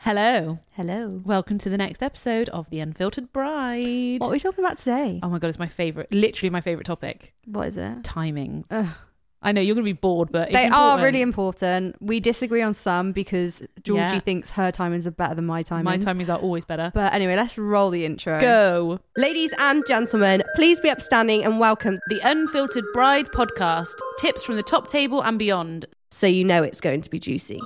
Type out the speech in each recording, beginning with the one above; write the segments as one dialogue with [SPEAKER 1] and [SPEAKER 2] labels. [SPEAKER 1] Hello.
[SPEAKER 2] Hello.
[SPEAKER 1] Welcome to the next episode of The Unfiltered Bride.
[SPEAKER 2] What are we talking about today?
[SPEAKER 1] oh my god, it's my favorite, literally my favorite topic.
[SPEAKER 2] What is it?
[SPEAKER 1] Timings.
[SPEAKER 2] Ugh.
[SPEAKER 1] I know you're going to be bored, but it's
[SPEAKER 2] they are
[SPEAKER 1] important.
[SPEAKER 2] really important. We disagree on some because Georgie
[SPEAKER 1] Yeah.
[SPEAKER 2] thinks her timings are better than my timings.
[SPEAKER 1] My timings are always better.
[SPEAKER 2] But anyway, let's roll the intro.
[SPEAKER 1] Go.
[SPEAKER 3] Ladies and gentlemen, please be upstanding and welcome
[SPEAKER 1] The Unfiltered Bride podcast. Tips from the top table and beyond.
[SPEAKER 3] so you know it's going to be juicy.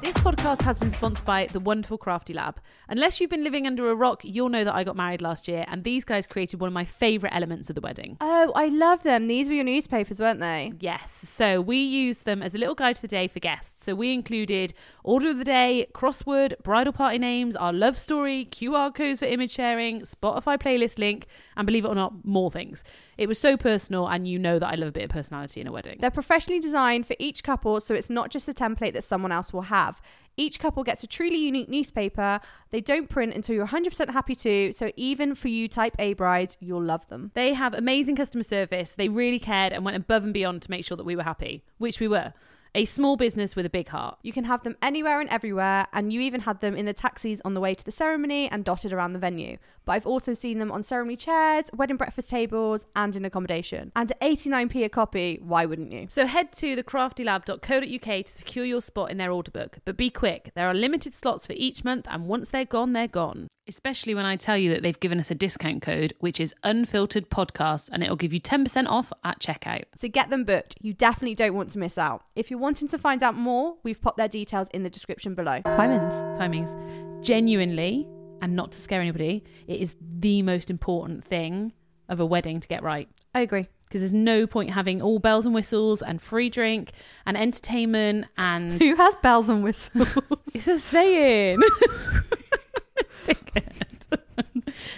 [SPEAKER 1] This podcast has been sponsored by the wonderful Crafty Lab. Unless you've been living under a rock, you'll know that I got married last year, and these guys created one of my favorite elements of the wedding.
[SPEAKER 2] Oh, I love them. These were your newspapers, weren't they?
[SPEAKER 1] Yes. So we used them as a little guide to the day for guests. So we included order of the day, crossword, bridal party names, our love story, QR codes for image sharing, Spotify playlist link, and believe it or not, more things. It was so personal, and you know that I love a bit of personality in a wedding.
[SPEAKER 2] They're professionally designed for each couple, so it's not just a template that someone else will have. Each couple gets a truly unique newspaper. They don't print until you're 100% happy to, so even for you type A brides, you'll love them.
[SPEAKER 1] They have amazing customer service. They really cared and went above and beyond to make sure that we were happy, which we were. A small business with a big heart.
[SPEAKER 2] You can have them anywhere and everywhere, and you even had them in the taxis on the way to the ceremony and dotted around the venue. But I've also seen them on ceremony chairs, wedding breakfast tables, and in accommodation. And at 89p a copy, why wouldn't you?
[SPEAKER 1] So head to thecraftylab.co.uk to secure your spot in their order book. But be quick, there are limited slots for each month, and once they're gone, they're gone. Especially when I tell you that they've given us a discount code, which is unfiltered podcast, and it'll give you 10% off at checkout.
[SPEAKER 2] So get them booked. You definitely don't want to miss out. If you're wanting to find out more, we've popped their details in the description below. Timings.
[SPEAKER 1] Timings. Genuinely, and not to scare anybody, it is the most important thing of a wedding to get right.
[SPEAKER 2] I agree.
[SPEAKER 1] Because there's no point having all bells and whistles and free drink and entertainment and
[SPEAKER 2] Who has bells and whistles?
[SPEAKER 1] It's a saying.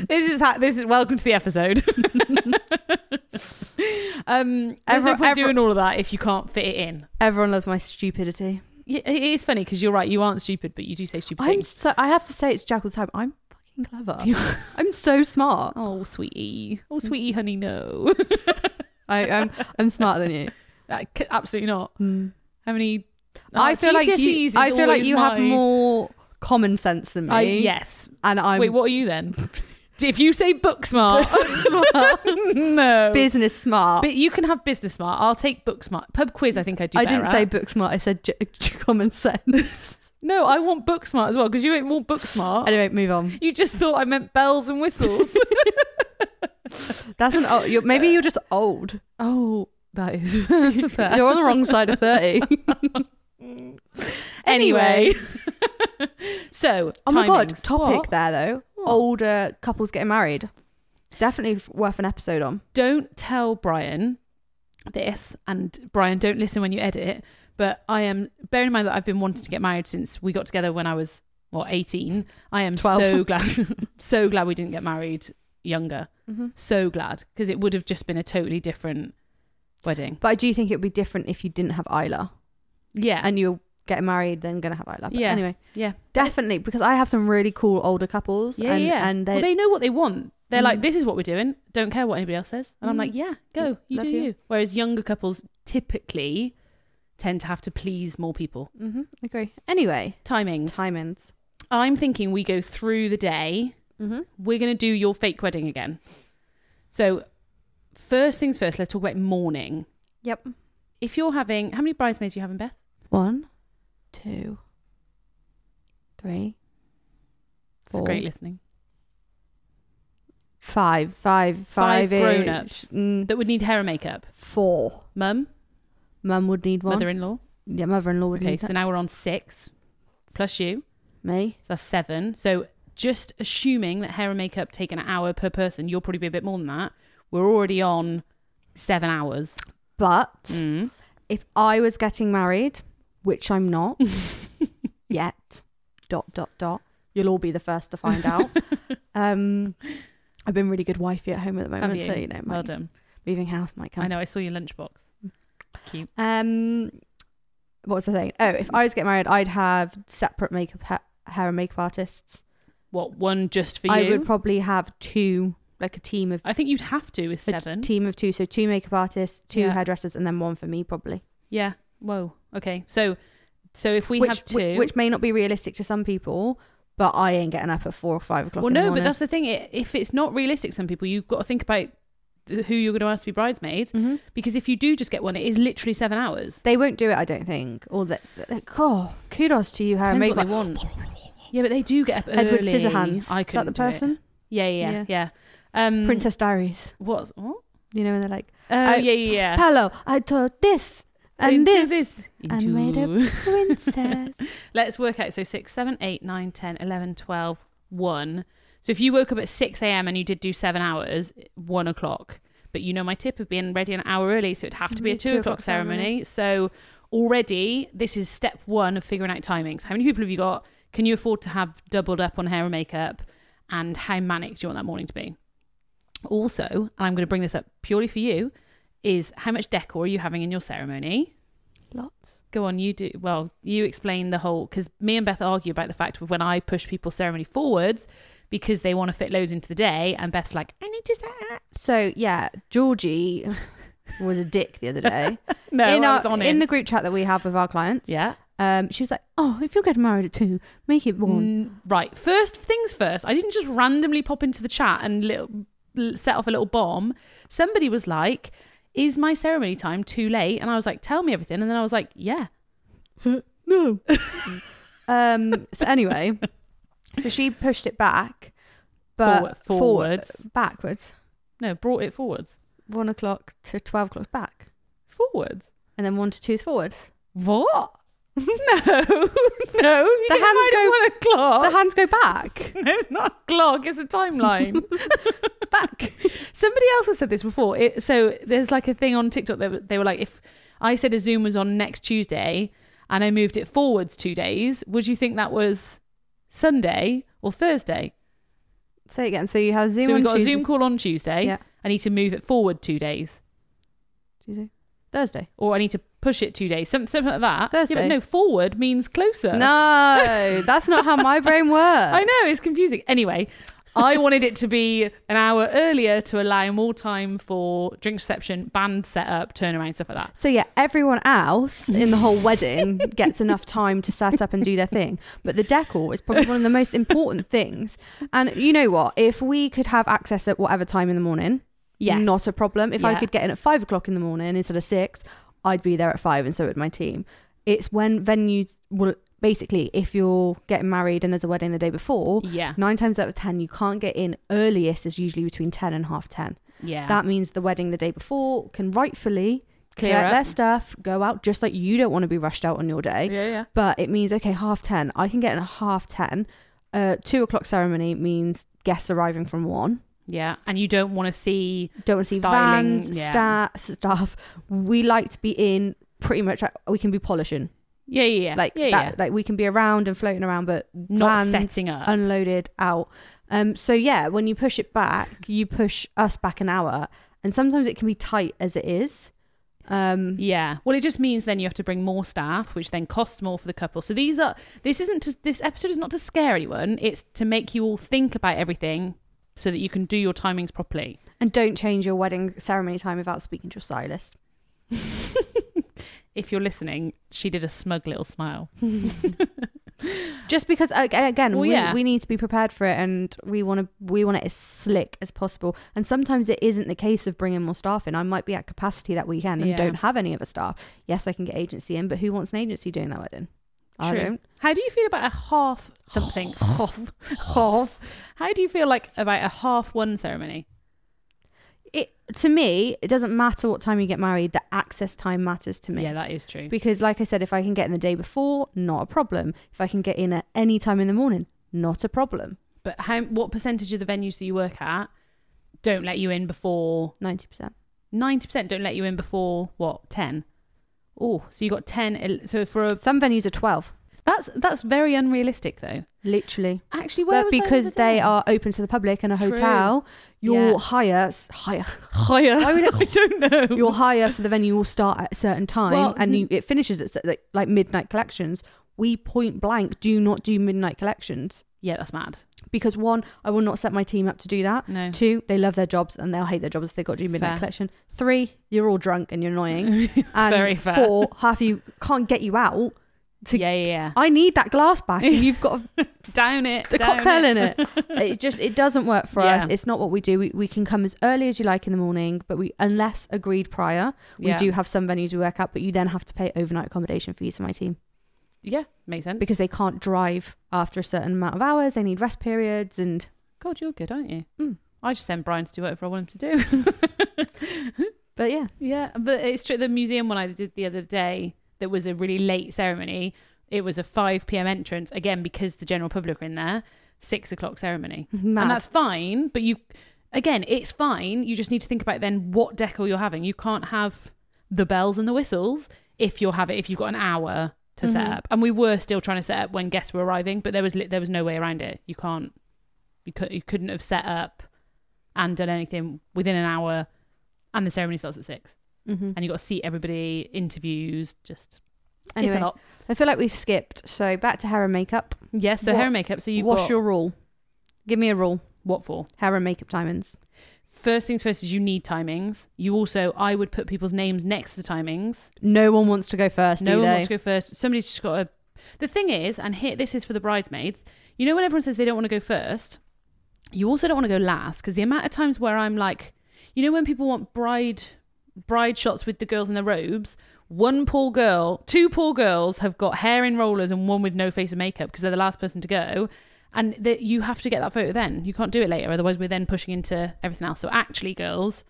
[SPEAKER 1] this is ha- this is welcome to the episode. um, there's no
[SPEAKER 2] Everyone-
[SPEAKER 1] point
[SPEAKER 2] every-
[SPEAKER 1] doing all of that if you can't fit it in.
[SPEAKER 2] Everyone loves my stupidity.
[SPEAKER 1] Y- It is funny because you're right. You aren't stupid, but you do say stupid
[SPEAKER 2] I'm
[SPEAKER 1] things.
[SPEAKER 2] so. I have to say, it's Jackal's time. I'm fucking clever. I'm so smart.
[SPEAKER 1] Oh, sweetie. Oh, sweetie, honey, no.
[SPEAKER 2] I, I'm. I'm smarter than you.
[SPEAKER 1] Uh, c- Absolutely not.
[SPEAKER 2] Mm.
[SPEAKER 1] How many?
[SPEAKER 2] I
[SPEAKER 1] Oh,
[SPEAKER 2] feel like you.
[SPEAKER 1] GCSEs is
[SPEAKER 2] I feel like
[SPEAKER 1] always
[SPEAKER 2] you have
[SPEAKER 1] my-
[SPEAKER 2] more common sense than me.
[SPEAKER 1] I, yes.
[SPEAKER 2] and I'm
[SPEAKER 1] Wait, what are you then? if you say book smart, no.
[SPEAKER 2] business smart.
[SPEAKER 1] But you can have business smart. I'll take book smart. Pub quiz, I think I do.
[SPEAKER 2] I
[SPEAKER 1] better
[SPEAKER 2] didn't
[SPEAKER 1] at.
[SPEAKER 2] say book smart. I said j- j- common sense.
[SPEAKER 1] No, I want book smart as well because you ain't more book smart.
[SPEAKER 2] anyway, move on.
[SPEAKER 1] You just thought I meant bells and whistles.
[SPEAKER 2] That's an old. You're, maybe you're just old.
[SPEAKER 1] oh, that is
[SPEAKER 2] You're on the wrong side of thirty.
[SPEAKER 1] Anyway, so
[SPEAKER 2] Oh my god,
[SPEAKER 1] timings.
[SPEAKER 2] topic
[SPEAKER 1] What?
[SPEAKER 2] there though.
[SPEAKER 1] What?
[SPEAKER 2] Older couples getting married. Definitely f- worth an episode on.
[SPEAKER 1] Don't tell Brian this, and Brian, don't listen when you edit. But I am bearing in mind that I've been wanting to get married since we got together when I was what eighteen. I am
[SPEAKER 2] 12.
[SPEAKER 1] so glad, so glad we didn't get married younger.
[SPEAKER 2] Mhm.
[SPEAKER 1] So glad because it would have just been a totally different wedding.
[SPEAKER 2] But I do think it would be different if you didn't have Isla
[SPEAKER 1] Yeah,
[SPEAKER 2] and you were getting married, then gonna have Isla. But
[SPEAKER 1] Yeah.
[SPEAKER 2] Anyway,
[SPEAKER 1] yeah.
[SPEAKER 2] definitely because I have some really cool older couples.
[SPEAKER 1] Yeah,
[SPEAKER 2] and,
[SPEAKER 1] yeah.
[SPEAKER 2] and they,
[SPEAKER 1] Well, they know what they want. They're like,
[SPEAKER 2] Mm.
[SPEAKER 1] this is what we're doing. Don't care what anybody else says. And I'm
[SPEAKER 2] Mm.
[SPEAKER 1] like, yeah, go. You
[SPEAKER 2] Love
[SPEAKER 1] do
[SPEAKER 2] you.
[SPEAKER 1] you. Whereas younger couples typically tend to have to please more people.
[SPEAKER 2] hmm agree. Anyway,
[SPEAKER 1] Timings.
[SPEAKER 2] timings.
[SPEAKER 1] I'm thinking we go through the day.
[SPEAKER 2] Mm-hmm.
[SPEAKER 1] We're going to do your fake wedding again. So, first things first, let's talk about morning.
[SPEAKER 2] Yep.
[SPEAKER 1] If you're having, how many bridesmaids are you having, Beth?
[SPEAKER 2] One, two, three,
[SPEAKER 1] It's
[SPEAKER 2] Four.
[SPEAKER 1] great listening.
[SPEAKER 2] five, five,
[SPEAKER 1] Five
[SPEAKER 2] five each.
[SPEAKER 1] grown-ups.
[SPEAKER 2] Mm,
[SPEAKER 1] That would need hair and makeup.
[SPEAKER 2] four.
[SPEAKER 1] Mum,
[SPEAKER 2] Mum would need one.
[SPEAKER 1] mother in law.
[SPEAKER 2] yeah, mother-in-law would
[SPEAKER 1] Okay,
[SPEAKER 2] need
[SPEAKER 1] so
[SPEAKER 2] that.
[SPEAKER 1] now we're on six plus you.
[SPEAKER 2] me.
[SPEAKER 1] That's seven. So just assuming that hair and makeup take an hour per person, you'll probably be a bit more than that. We're already on seven hours.
[SPEAKER 2] But
[SPEAKER 1] Mm.
[SPEAKER 2] if I was getting married, which I'm not yet, dot dot dot. You'll all be the first to find out. um, I've been really good wifey at home at the moment,
[SPEAKER 1] you?
[SPEAKER 2] so you know,
[SPEAKER 1] Well
[SPEAKER 2] might-
[SPEAKER 1] done.
[SPEAKER 2] moving house might come.
[SPEAKER 1] I know. I saw your lunchbox. Cute.
[SPEAKER 2] Um, what was I saying? Oh, if I was to get married, I'd have separate makeup ha- hair and makeup artists.
[SPEAKER 1] What one just for you?
[SPEAKER 2] I would probably have two, like a team of
[SPEAKER 1] I think you'd have to is
[SPEAKER 2] a t-
[SPEAKER 1] seven.
[SPEAKER 2] team of two, so two makeup artists, two
[SPEAKER 1] Yeah.
[SPEAKER 2] hairdressers, and then one for me probably.
[SPEAKER 1] yeah. Whoa. Okay. So so if we
[SPEAKER 2] which,
[SPEAKER 1] have two,
[SPEAKER 2] whi- which may not be realistic to some people, but I ain't getting up at four or five o'clock.
[SPEAKER 1] well,
[SPEAKER 2] in the
[SPEAKER 1] no, but
[SPEAKER 2] morning.
[SPEAKER 1] that's the thing. I- If it's not realistic, some people you've got to think about th- who you're going to ask to be bridesmaids
[SPEAKER 2] Mhm.
[SPEAKER 1] because if you do just get one, it is literally seven hours.
[SPEAKER 2] they won't do it. I don't think. Or that. Like, oh, kudos to you, Harry.
[SPEAKER 1] Depends
[SPEAKER 2] Make
[SPEAKER 1] what they want. Yeah, but they do get up early.
[SPEAKER 2] Edward
[SPEAKER 1] I
[SPEAKER 2] Scissorhands. Is that
[SPEAKER 1] couldn't
[SPEAKER 2] the
[SPEAKER 1] do it.
[SPEAKER 2] person?
[SPEAKER 1] Yeah, yeah, yeah.
[SPEAKER 2] Yeah.
[SPEAKER 1] yeah. Um,
[SPEAKER 2] Princess Diaries.
[SPEAKER 1] What's what?
[SPEAKER 2] You know, and they're like,
[SPEAKER 1] Oh
[SPEAKER 2] I-
[SPEAKER 1] yeah, yeah, yeah.
[SPEAKER 2] Paolo, I told this and
[SPEAKER 1] Into
[SPEAKER 2] this,
[SPEAKER 1] this.
[SPEAKER 2] and made up
[SPEAKER 1] Into-
[SPEAKER 2] princess.
[SPEAKER 1] Let's work out. So six, seven, eight, nine, ten, eleven, twelve, one. So if you woke up at 6 a.m. and you did do seven hours, one o'clock, but you know my tip of being ready an hour early, so it'd have to be a
[SPEAKER 2] It'd be
[SPEAKER 1] Mm-hmm. two, o'clock, ceremony. So already, this is step one of figuring out timings. How many people have you got? Can you afford to have doubled up on hair and makeup? And how manic do you want that morning to be? Also, and I'm going to bring this up purely for you, is how much decor are you having in your ceremony?
[SPEAKER 2] Lots.
[SPEAKER 1] Go on, you do. Well, you explain the whole because me and Beth argue about the fact of when I push people's ceremony forwards because they want to fit loads into the day, and Beth's like, I need to start.
[SPEAKER 2] So yeah, Georgie was a dick the other day.
[SPEAKER 1] No,
[SPEAKER 2] in,
[SPEAKER 1] I
[SPEAKER 2] our,
[SPEAKER 1] was honest.
[SPEAKER 2] in the group chat that we have with our clients,
[SPEAKER 1] Yeah.
[SPEAKER 2] um, she was like, "Oh, if you're getting married at two, make it one."
[SPEAKER 1] Mm, right. First things first. I didn't just randomly pop into the chat and little, l- set off a little bomb. Somebody was like, "Is my ceremony time too late?" And I was like, "Tell me everything." And then I was like, "Yeah."
[SPEAKER 2] no.
[SPEAKER 1] Mm.
[SPEAKER 2] um. So anyway, so she pushed it back, but
[SPEAKER 1] Forward- forwards.
[SPEAKER 2] for- backwards,
[SPEAKER 1] No, brought it forwards.
[SPEAKER 2] one o'clock to twelve o'clock back,
[SPEAKER 1] Forwards.
[SPEAKER 2] and then one to two is forwards.
[SPEAKER 1] What? no, no. You
[SPEAKER 2] The
[SPEAKER 1] the
[SPEAKER 2] hands
[SPEAKER 1] hands go one o'clock.
[SPEAKER 2] The hands go back.
[SPEAKER 1] No, it's not a clock. It's a timeline. Back. Somebody else has said this before. It, so there's like a thing on TikTok that they were like, if I said a Zoom was on next Tuesday and I moved it forwards two days, would you think that was Sunday or Thursday?
[SPEAKER 2] Say it again. So you had a Zoom.
[SPEAKER 1] so we
[SPEAKER 2] on
[SPEAKER 1] got
[SPEAKER 2] Tuesday,
[SPEAKER 1] a Zoom call on Tuesday.
[SPEAKER 2] Yeah.
[SPEAKER 1] I need to move it forward two days,
[SPEAKER 2] Tuesday, Thursday.
[SPEAKER 1] or I need to push it two days, something, something like that. Yeah,
[SPEAKER 2] Thursday.
[SPEAKER 1] but no, forward means closer.
[SPEAKER 2] No, that's not how my brain works.
[SPEAKER 1] I know it's confusing. Anyway, I wanted it to be an hour earlier to allow more time for drink reception, band setup, turnaround, stuff like that.
[SPEAKER 2] So yeah, everyone else in the whole wedding gets enough time to set up and do their thing. But the decor is probably one of the most important things. And you know what? If we could have access at whatever time in the morning,
[SPEAKER 1] Yes.
[SPEAKER 2] not a problem. If I
[SPEAKER 1] Yeah.
[SPEAKER 2] could get in at five o'clock in the morning instead of six, I'd be there at five, and so would my team. It's when venues will basically, if you're getting married and there's a wedding the day before,
[SPEAKER 1] Yeah,
[SPEAKER 2] nine times out of ten you can't get in. Earliest is usually between ten and half ten.
[SPEAKER 1] yeah.
[SPEAKER 2] That means the wedding the day before can rightfully
[SPEAKER 1] Clear
[SPEAKER 2] collect
[SPEAKER 1] up.
[SPEAKER 2] their stuff, go out just like you don't want to be rushed out on your day.
[SPEAKER 1] yeah, yeah.
[SPEAKER 2] But it means okay, half ten. I can get in at half ten. Uh, two o'clock ceremony means guests arriving from one.
[SPEAKER 1] Yeah, and you don't want to see
[SPEAKER 2] Don't want to see
[SPEAKER 1] Styling,
[SPEAKER 2] vans,
[SPEAKER 1] yeah.
[SPEAKER 2] sta- staff. We like to be in pretty much. We can be polishing,
[SPEAKER 1] yeah, yeah, yeah.
[SPEAKER 2] like
[SPEAKER 1] yeah, Uh.
[SPEAKER 2] that, like we can be around and floating around, but
[SPEAKER 1] yeah. not
[SPEAKER 2] vans
[SPEAKER 1] setting up.
[SPEAKER 2] unloaded out. Um, so yeah, when you push it back, you push us back an hour, and sometimes it can be tight as it is. Um,
[SPEAKER 1] yeah. Well, it just means then you have to bring more staff, which then costs more for the couple. So these are this isn't to, this episode is not to scare anyone. It's to make you all think about everything so that you can do your timings properly.
[SPEAKER 2] And don't change your wedding ceremony time without speaking to your stylist.
[SPEAKER 1] If you're listening, she did a smug little smile.
[SPEAKER 2] Just because ag- again,
[SPEAKER 1] Well,
[SPEAKER 2] we,
[SPEAKER 1] yeah.
[SPEAKER 2] we need to be prepared for it, and we want to we want it as slick as possible. And sometimes it isn't the case of bringing more staff in. I might be at capacity that weekend and
[SPEAKER 1] Yeah.
[SPEAKER 2] don't have any other staff. Yes, I can get agency in, but who wants an agency doing that wedding? I
[SPEAKER 1] True.
[SPEAKER 2] don't.
[SPEAKER 1] How do you feel about a half something? half. Half. How do you feel like about a half one ceremony?
[SPEAKER 2] It to me, it doesn't matter what time you get married. The access time matters to me.
[SPEAKER 1] Yeah, that is true.
[SPEAKER 2] Because, like I said, if I can get in the day before, not a problem. If I can get in at any time in the morning, not a problem.
[SPEAKER 1] But how what percentage of the venues that you work at don't let you in before
[SPEAKER 2] 90%.
[SPEAKER 1] 90% don't let you in before what? 10. Oh, so you got 10 el- so for a
[SPEAKER 2] Some venues are 12,
[SPEAKER 1] That's that's very unrealistic though.
[SPEAKER 2] literally.
[SPEAKER 1] Actually, where
[SPEAKER 2] But
[SPEAKER 1] was I the
[SPEAKER 2] because
[SPEAKER 1] other
[SPEAKER 2] they
[SPEAKER 1] day?
[SPEAKER 2] are open to the public and a
[SPEAKER 1] True.
[SPEAKER 2] hotel, your
[SPEAKER 1] Yeah.
[SPEAKER 2] hire, s- hire, hire,
[SPEAKER 1] I would- I don't know.
[SPEAKER 2] your hire for the venue will start at a certain time,
[SPEAKER 1] Well,
[SPEAKER 2] and
[SPEAKER 1] n-
[SPEAKER 2] you, it finishes at s- like, like midnight collections. We point blank do not do midnight collections.
[SPEAKER 1] Yeah, that's mad.
[SPEAKER 2] Because one, I will not set my team up to do that.
[SPEAKER 1] No.
[SPEAKER 2] Two, they love their jobs and they'll hate their jobs if they've got to do midnight
[SPEAKER 1] Fair.
[SPEAKER 2] collection. Three, you're all drunk and you're annoying. And
[SPEAKER 1] Very fair.
[SPEAKER 2] four, half of you can't get you out. to-
[SPEAKER 1] yeah, yeah, yeah.
[SPEAKER 2] I need that glass back. and You've got a,
[SPEAKER 1] Down it.
[SPEAKER 2] a
[SPEAKER 1] down
[SPEAKER 2] cocktail in it. It just it doesn't work for
[SPEAKER 1] Yeah.
[SPEAKER 2] us. It's not what we do. We, we can come as early as you like in the morning, but we unless agreed prior, we
[SPEAKER 1] Yeah.
[SPEAKER 2] do have some venues we work at, but you then have to pay overnight accommodation fees for my team
[SPEAKER 1] Yeah, makes sense.
[SPEAKER 2] because they can't drive after a certain amount of hours. They need rest periods and
[SPEAKER 1] God, you're good, aren't you?
[SPEAKER 2] Mm.
[SPEAKER 1] I just send Brian to do whatever I want him to do.
[SPEAKER 2] but yeah,
[SPEAKER 1] yeah, but it's true. The museum one I did the other day, that was a really late ceremony. It was a 5 p.m. entrance, again, because the general public are in there, six o'clock ceremony.
[SPEAKER 2] mad.
[SPEAKER 1] And that's fine, but you, again, it's fine. You just need to think about then what decor you're having. You can't have the bells and the whistles if you're having, if you've got an hour to set
[SPEAKER 2] Mhm.
[SPEAKER 1] up. And we were still trying to set up when guests were arriving, but there was, li- there was no way around it. You can't, you, could, you couldn't have set up and done anything within an hour and the ceremony starts at six
[SPEAKER 2] mm-hmm.
[SPEAKER 1] and you got to see everybody, interviews, just
[SPEAKER 2] Anyway,
[SPEAKER 1] it's a lot.
[SPEAKER 2] I feel like we've skipped. So back to hair and makeup.
[SPEAKER 1] Yes, so
[SPEAKER 2] What-
[SPEAKER 1] hair and makeup. So you've
[SPEAKER 2] What's
[SPEAKER 1] got
[SPEAKER 2] your rule? Give me a rule.
[SPEAKER 1] what for?
[SPEAKER 2] Hair and makeup diamonds.
[SPEAKER 1] First things first is you need timings. You also, I would put people's names next to the timings.
[SPEAKER 2] No one wants to go first,
[SPEAKER 1] no
[SPEAKER 2] do
[SPEAKER 1] one
[SPEAKER 2] they?
[SPEAKER 1] wants to go first. Somebody's just got to. The thing is, and here this is for the bridesmaids. You know when everyone says they don't want to go first, you also don't want to go last because the amount of times where I'm like, you know when people want bride bride shots with the girls in their robes. One poor girl, two poor girls have got hair in rollers and one with no face and makeup because they're the last person to go. And that you have to get that photo then. You can't do it later, otherwise we're then pushing into everything else. So actually, girls,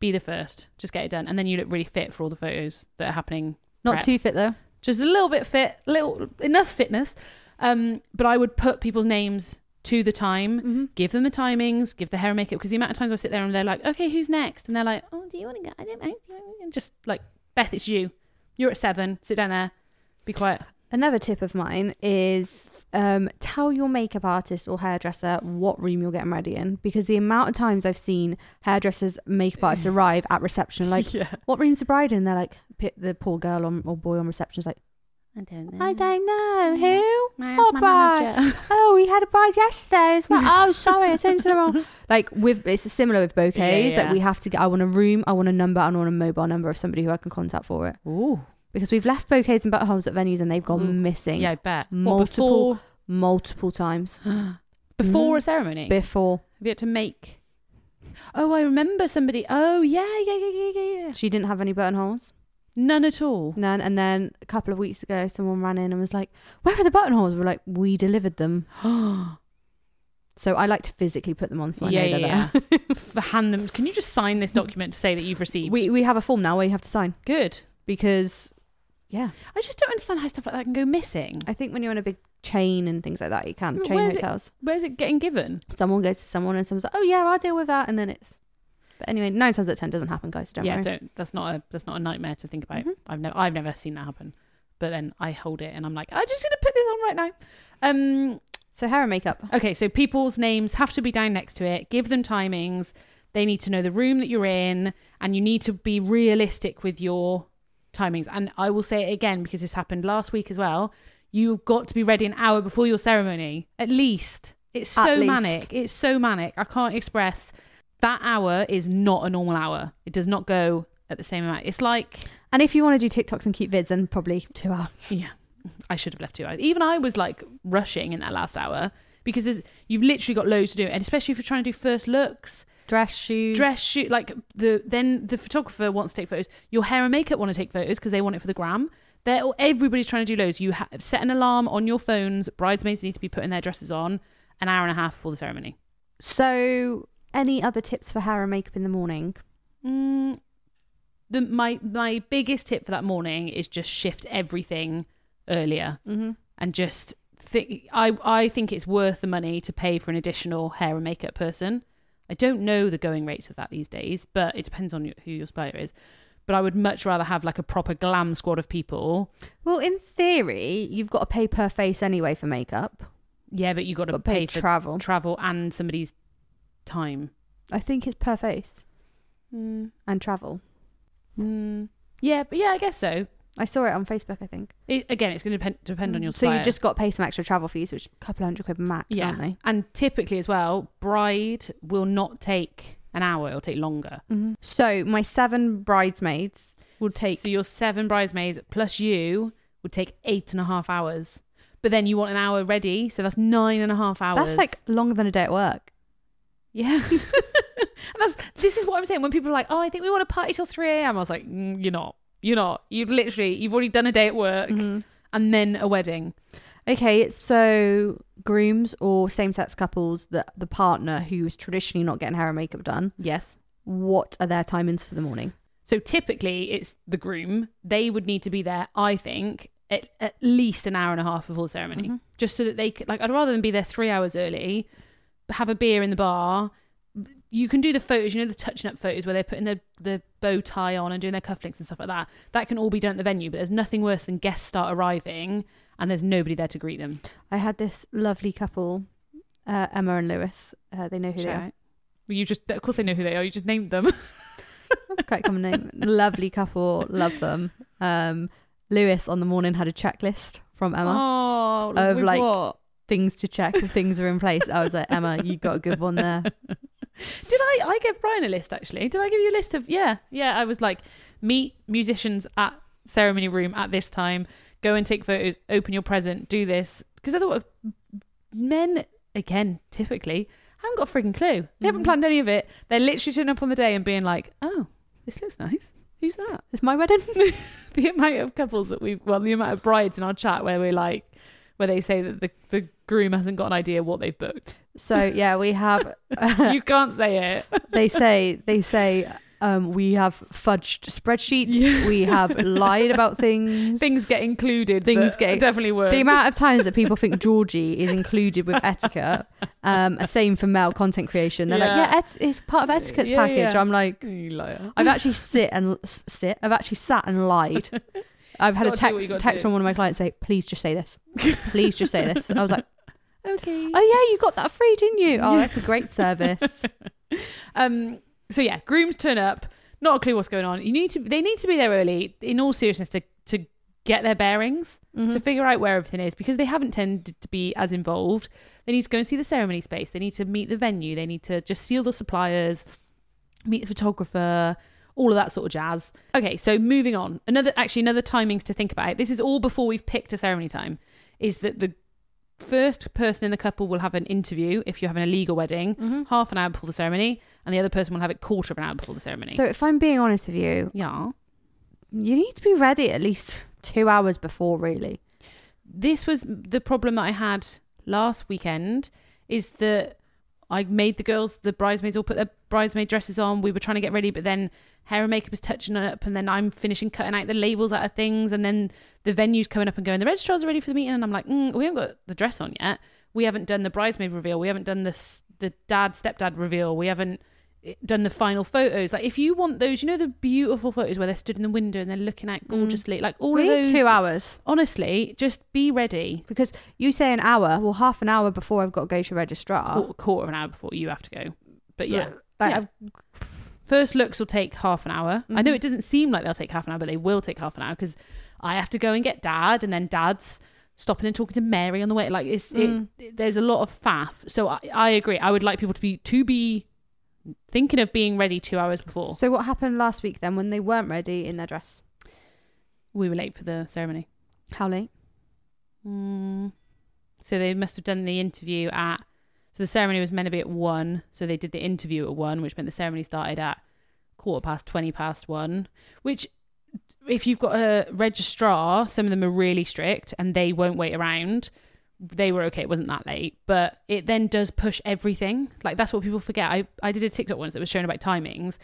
[SPEAKER 1] be the first. Just get it done, and then you look really fit for all the photos that are happening
[SPEAKER 2] Not
[SPEAKER 1] Correct.
[SPEAKER 2] too fit though.
[SPEAKER 1] just a little bit fit, little enough fitness. Um, but I would put people's names to the time,
[SPEAKER 2] Mm-hmm.
[SPEAKER 1] give them the timings, give the hair and makeup because the amount of times I sit there and they're like, "Okay, who's next?" and they're like, "Oh, do you want to go?" I don't mind. And just like Beth, it's you. You're at seven. Sit down there. Be quiet.
[SPEAKER 2] Another tip of mine is um, tell your makeup artist or hairdresser what room you're getting ready in because the amount of times I've seen hairdressers, makeup artists arrive at reception like,
[SPEAKER 1] yeah,
[SPEAKER 2] "What room's the bride in?" They're like, "P- "The poor girl on, or boy on reception is like,
[SPEAKER 1] I don't
[SPEAKER 2] I don't know who."
[SPEAKER 1] My,
[SPEAKER 2] Oh, bye. Oh, we had a bride yesterday as well. Oh, sorry, I sent you the wrong. Like with it's similar with bouquets
[SPEAKER 1] Yeah, yeah.
[SPEAKER 2] that we have to get. I want a room, I want a number, and I want a mobile number of somebody who I can contact for it
[SPEAKER 1] Ooh,
[SPEAKER 2] because we've left bouquets and buttonholes at venues and they've gone
[SPEAKER 1] Ooh.
[SPEAKER 2] missing
[SPEAKER 1] yeah, I bet.
[SPEAKER 2] Multiple- multiple times
[SPEAKER 1] before, before
[SPEAKER 2] Mhm.
[SPEAKER 1] a ceremony.
[SPEAKER 2] before
[SPEAKER 1] Have you had to make? Oh, I remember somebody. Oh, yeah, yeah, yeah, yeah, yeah, yeah.
[SPEAKER 2] she didn't have any buttonholes.
[SPEAKER 1] None at all.
[SPEAKER 2] And then and then a couple of weeks ago, someone ran in and was like, "Where are the buttonholes?" We're like, "We delivered them." So I like to physically put them on so I
[SPEAKER 1] Yeah,
[SPEAKER 2] know they're
[SPEAKER 1] yeah,
[SPEAKER 2] there.
[SPEAKER 1] F- hand them. Can you just sign this document to say that you've received?
[SPEAKER 2] we we have a form now where you have to sign
[SPEAKER 1] good.
[SPEAKER 2] because yeah,
[SPEAKER 1] I just don't understand how stuff like that can go missing.
[SPEAKER 2] I think when you're in a big chain and things like that, you can
[SPEAKER 1] But
[SPEAKER 2] chain
[SPEAKER 1] where's it-
[SPEAKER 2] hotels.
[SPEAKER 1] Where's it getting given?
[SPEAKER 2] Someone goes to someone and someone's like, "Oh yeah, I'll deal with that," and then it's. But anyway, nine times out of ten doesn't happen, guys. Don't
[SPEAKER 1] yeah,
[SPEAKER 2] worry.
[SPEAKER 1] don't. That's not a. That's not a nightmare to think about.
[SPEAKER 2] Mhm.
[SPEAKER 1] I've never. I've never seen that happen. But then I hold it and I'm like, I'm just gonna put this on right now. Um.
[SPEAKER 2] So hair and makeup.
[SPEAKER 1] Okay. So people's names have to be down next to it. Give them timings. They need to know the room that you're in, and you need to be realistic with your timings. And I will say it again because this happened last week as well. You've got to be ready an hour before your ceremony, at least. It's
[SPEAKER 2] At
[SPEAKER 1] so
[SPEAKER 2] least.
[SPEAKER 1] manic. It's so manic. I can't express that hour is not a normal hour. It does not go at the same amount. It's like
[SPEAKER 2] And if you want to do TikToks and cute vids, then probably two hours.
[SPEAKER 1] yeah, I should have left two hours. Even I was like rushing in that last hour because there's- you've literally got loads to do, and especially if you're trying to do first looks,
[SPEAKER 2] Dress, shoes,
[SPEAKER 1] dress shoot, like the then the photographer wants to take photos. Your hair and makeup want to take photos because they want it for the gram. They're all, everybody's trying to do loads. You ha- set an alarm on your phones. Bridesmaids need to be putting their dresses on an hour and a half before the ceremony.
[SPEAKER 2] So, any other tips for hair and makeup in the morning?
[SPEAKER 1] Mm, the, my my biggest tip for that morning is just shift everything earlier.
[SPEAKER 2] Mm-hmm.
[SPEAKER 1] and just think I I think it's worth the money to pay for an additional hair and makeup person. I don't know the going rates of that these days, but it depends on who your supplier is. But I would much rather have like a proper glam squad of people.
[SPEAKER 2] Well, in theory, you've got to pay per face anyway for makeup.
[SPEAKER 1] Yeah, but you got to
[SPEAKER 2] Got to pay
[SPEAKER 1] pay for
[SPEAKER 2] travel.
[SPEAKER 1] travel and somebody's time.
[SPEAKER 2] I think it's per face and travel.
[SPEAKER 1] Mm. Yeah, Mm. but yeah, I guess so.
[SPEAKER 2] I saw it on Facebook, I think.
[SPEAKER 1] It, again, it's going to depend, depend on your
[SPEAKER 2] Mm. So
[SPEAKER 1] supplier.
[SPEAKER 2] you just got to pay some extra travel fees, which a couple hundred quid max, aren't they?
[SPEAKER 1] And typically as well, bride will not take an hour, it'll take longer.
[SPEAKER 2] Mm-hmm. So my seven bridesmaids will take.
[SPEAKER 1] So your seven bridesmaids plus you would take eight and a half hours. But then you want an hour ready, so that's nine and a half hours.
[SPEAKER 2] That's like longer than a day at work.
[SPEAKER 1] Yeah. and that's this is what I'm saying. When people are like, Oh, I think we want to party till three AM I was like, mm, you're not. You're not. You've literally you've already done a day at work
[SPEAKER 2] Mm-hmm.
[SPEAKER 1] and then a wedding.
[SPEAKER 2] Okay, so grooms or same-sex couples that the partner who's traditionally not getting hair and makeup done,
[SPEAKER 1] Yes.
[SPEAKER 2] what are their timings for the morning?
[SPEAKER 1] So typically it's the groom. They would need to be there, I think, at, at least an hour and a half before the ceremony, just so that they could, like, I'd rather than be there three hours early, have a beer in the bar. You can do the photos, you know, the touching up photos where they're putting the, the bow tie on and doing their cufflinks and stuff like that. That can all be done at the venue, but there's nothing worse than guests start arriving and there's nobody there to greet them.
[SPEAKER 2] I had this lovely couple, uh, Emma and Lewis. Uh, they know who they are.
[SPEAKER 1] Well, You just, of course, they know who they are. You just named them.
[SPEAKER 2] That's quite a common name. Lovely couple, love them. Um, Lewis on the morning had a checklist from Emma.
[SPEAKER 1] Oh,
[SPEAKER 2] Of,
[SPEAKER 1] with
[SPEAKER 2] like,
[SPEAKER 1] what?
[SPEAKER 2] Things to check if things are in place. I was like, Emma, you got a good one there.
[SPEAKER 1] Did I? I gave Brian a list actually. Did I give you a list of? Yeah, yeah. I was like, meet musicians at ceremony room at this time. Go and take photos. Open your present. Do this because otherwise, men again typically haven't got a freaking clue. They haven't
[SPEAKER 2] Mhm.
[SPEAKER 1] planned any of it. They're literally turning up on the day and being like, oh, this looks nice. Who's that?
[SPEAKER 2] It's my wedding.
[SPEAKER 1] the amount of couples that we've well the amount of brides in our chat where we're like where they say that the, the groom hasn't got an idea what they've booked
[SPEAKER 2] So yeah, we have.
[SPEAKER 1] you can't say it
[SPEAKER 2] they say they say um, we have fudged spreadsheets.
[SPEAKER 1] Yeah.
[SPEAKER 2] We have lied about things.
[SPEAKER 1] things get included.
[SPEAKER 2] Things
[SPEAKER 1] that
[SPEAKER 2] get-
[SPEAKER 1] definitely work.
[SPEAKER 2] the amount of times that people think Georgie is included with etiquette, um, same for male content creation. They're
[SPEAKER 1] Yeah.
[SPEAKER 2] like, yeah, et- it's part of etiquette's
[SPEAKER 1] Yeah,
[SPEAKER 2] package.
[SPEAKER 1] yeah.
[SPEAKER 2] I'm like,
[SPEAKER 1] You liar.
[SPEAKER 2] I've actually sit and s- sit. I've actually sat and lied. I've had a
[SPEAKER 1] Gotta do what
[SPEAKER 2] text
[SPEAKER 1] you gotta
[SPEAKER 2] text
[SPEAKER 1] do.
[SPEAKER 2] from one of my clients say, please just say this. Please just say this. I was like,
[SPEAKER 1] okay.
[SPEAKER 2] oh yeah, you got that free, didn't you? Oh,
[SPEAKER 1] Yeah.
[SPEAKER 2] that's a great service.
[SPEAKER 1] Um. So yeah, grooms turn up. Not a clue what's going on. You need to. They need to be there early. In all seriousness, to to get their bearings,
[SPEAKER 2] Mm-hmm. Mm.
[SPEAKER 1] to figure out where everything is, because they haven't tended to be as involved. They need to go and see the ceremony space. They need to meet the venue. They need to just seal the suppliers, meet the photographer. All of that sort of jazz. Okay, so moving on. Another actually another timings to think about. This is all before we've picked a ceremony time. Is that the first person in the couple will have an interview if you're having a legal wedding half an hour before the ceremony and the other person will have it quarter of an hour before the ceremony
[SPEAKER 2] So if I'm being honest with you,
[SPEAKER 1] yeah
[SPEAKER 2] you need to be ready at least two hours before, really.
[SPEAKER 1] this was the problem that i had last weekend is that i made the girls the bridesmaids all put their bridesmaid dresses on we were trying to get ready but then hair and makeup is touching up and then i'm finishing cutting out the labels out of things and then the venue's coming up and going the registrars are ready for the meeting and i'm like mm, we haven't got the dress on yet we haven't done the bridesmaid reveal we haven't done this the dad stepdad reveal we haven't eh, done the final photos like if you want those you know the beautiful photos where they're stood in the window and they're looking out gorgeously like all
[SPEAKER 2] we
[SPEAKER 1] of those
[SPEAKER 2] need two hours
[SPEAKER 1] honestly, just be ready.
[SPEAKER 2] because you say an hour. Well, half an hour before I've got to go to registrar.
[SPEAKER 1] Quarter, quarter of an hour before you have to go. But yeah,
[SPEAKER 2] Ah. Like,
[SPEAKER 1] Yeah.
[SPEAKER 2] I've-
[SPEAKER 1] first looks will take half an hour. I know
[SPEAKER 2] Mhm.
[SPEAKER 1] it doesn't seem like they'll take half an hour, but they will take half an hour because I have to go and get dad, and then dad's stopping and talking to Mary on the way. Like it's
[SPEAKER 2] Mm.
[SPEAKER 1] it, there's a lot of faff. So I, I agree. I would like people to be to be thinking of being ready two hours before.
[SPEAKER 2] So what happened last week then when they weren't ready in their dress?
[SPEAKER 1] We were late for the ceremony.
[SPEAKER 2] How late?
[SPEAKER 1] Mm. So they must have done the interview at. So the ceremony was meant to be at one. So they did the interview at one, which meant the ceremony started at quarter past, 20 past one. Which, if you've got a registrar, some of them are really strict and they won't wait around. They were okay. It wasn't that late, but it then does push everything. Like that's what people forget. I, I did a TikTok once that was showing about timings,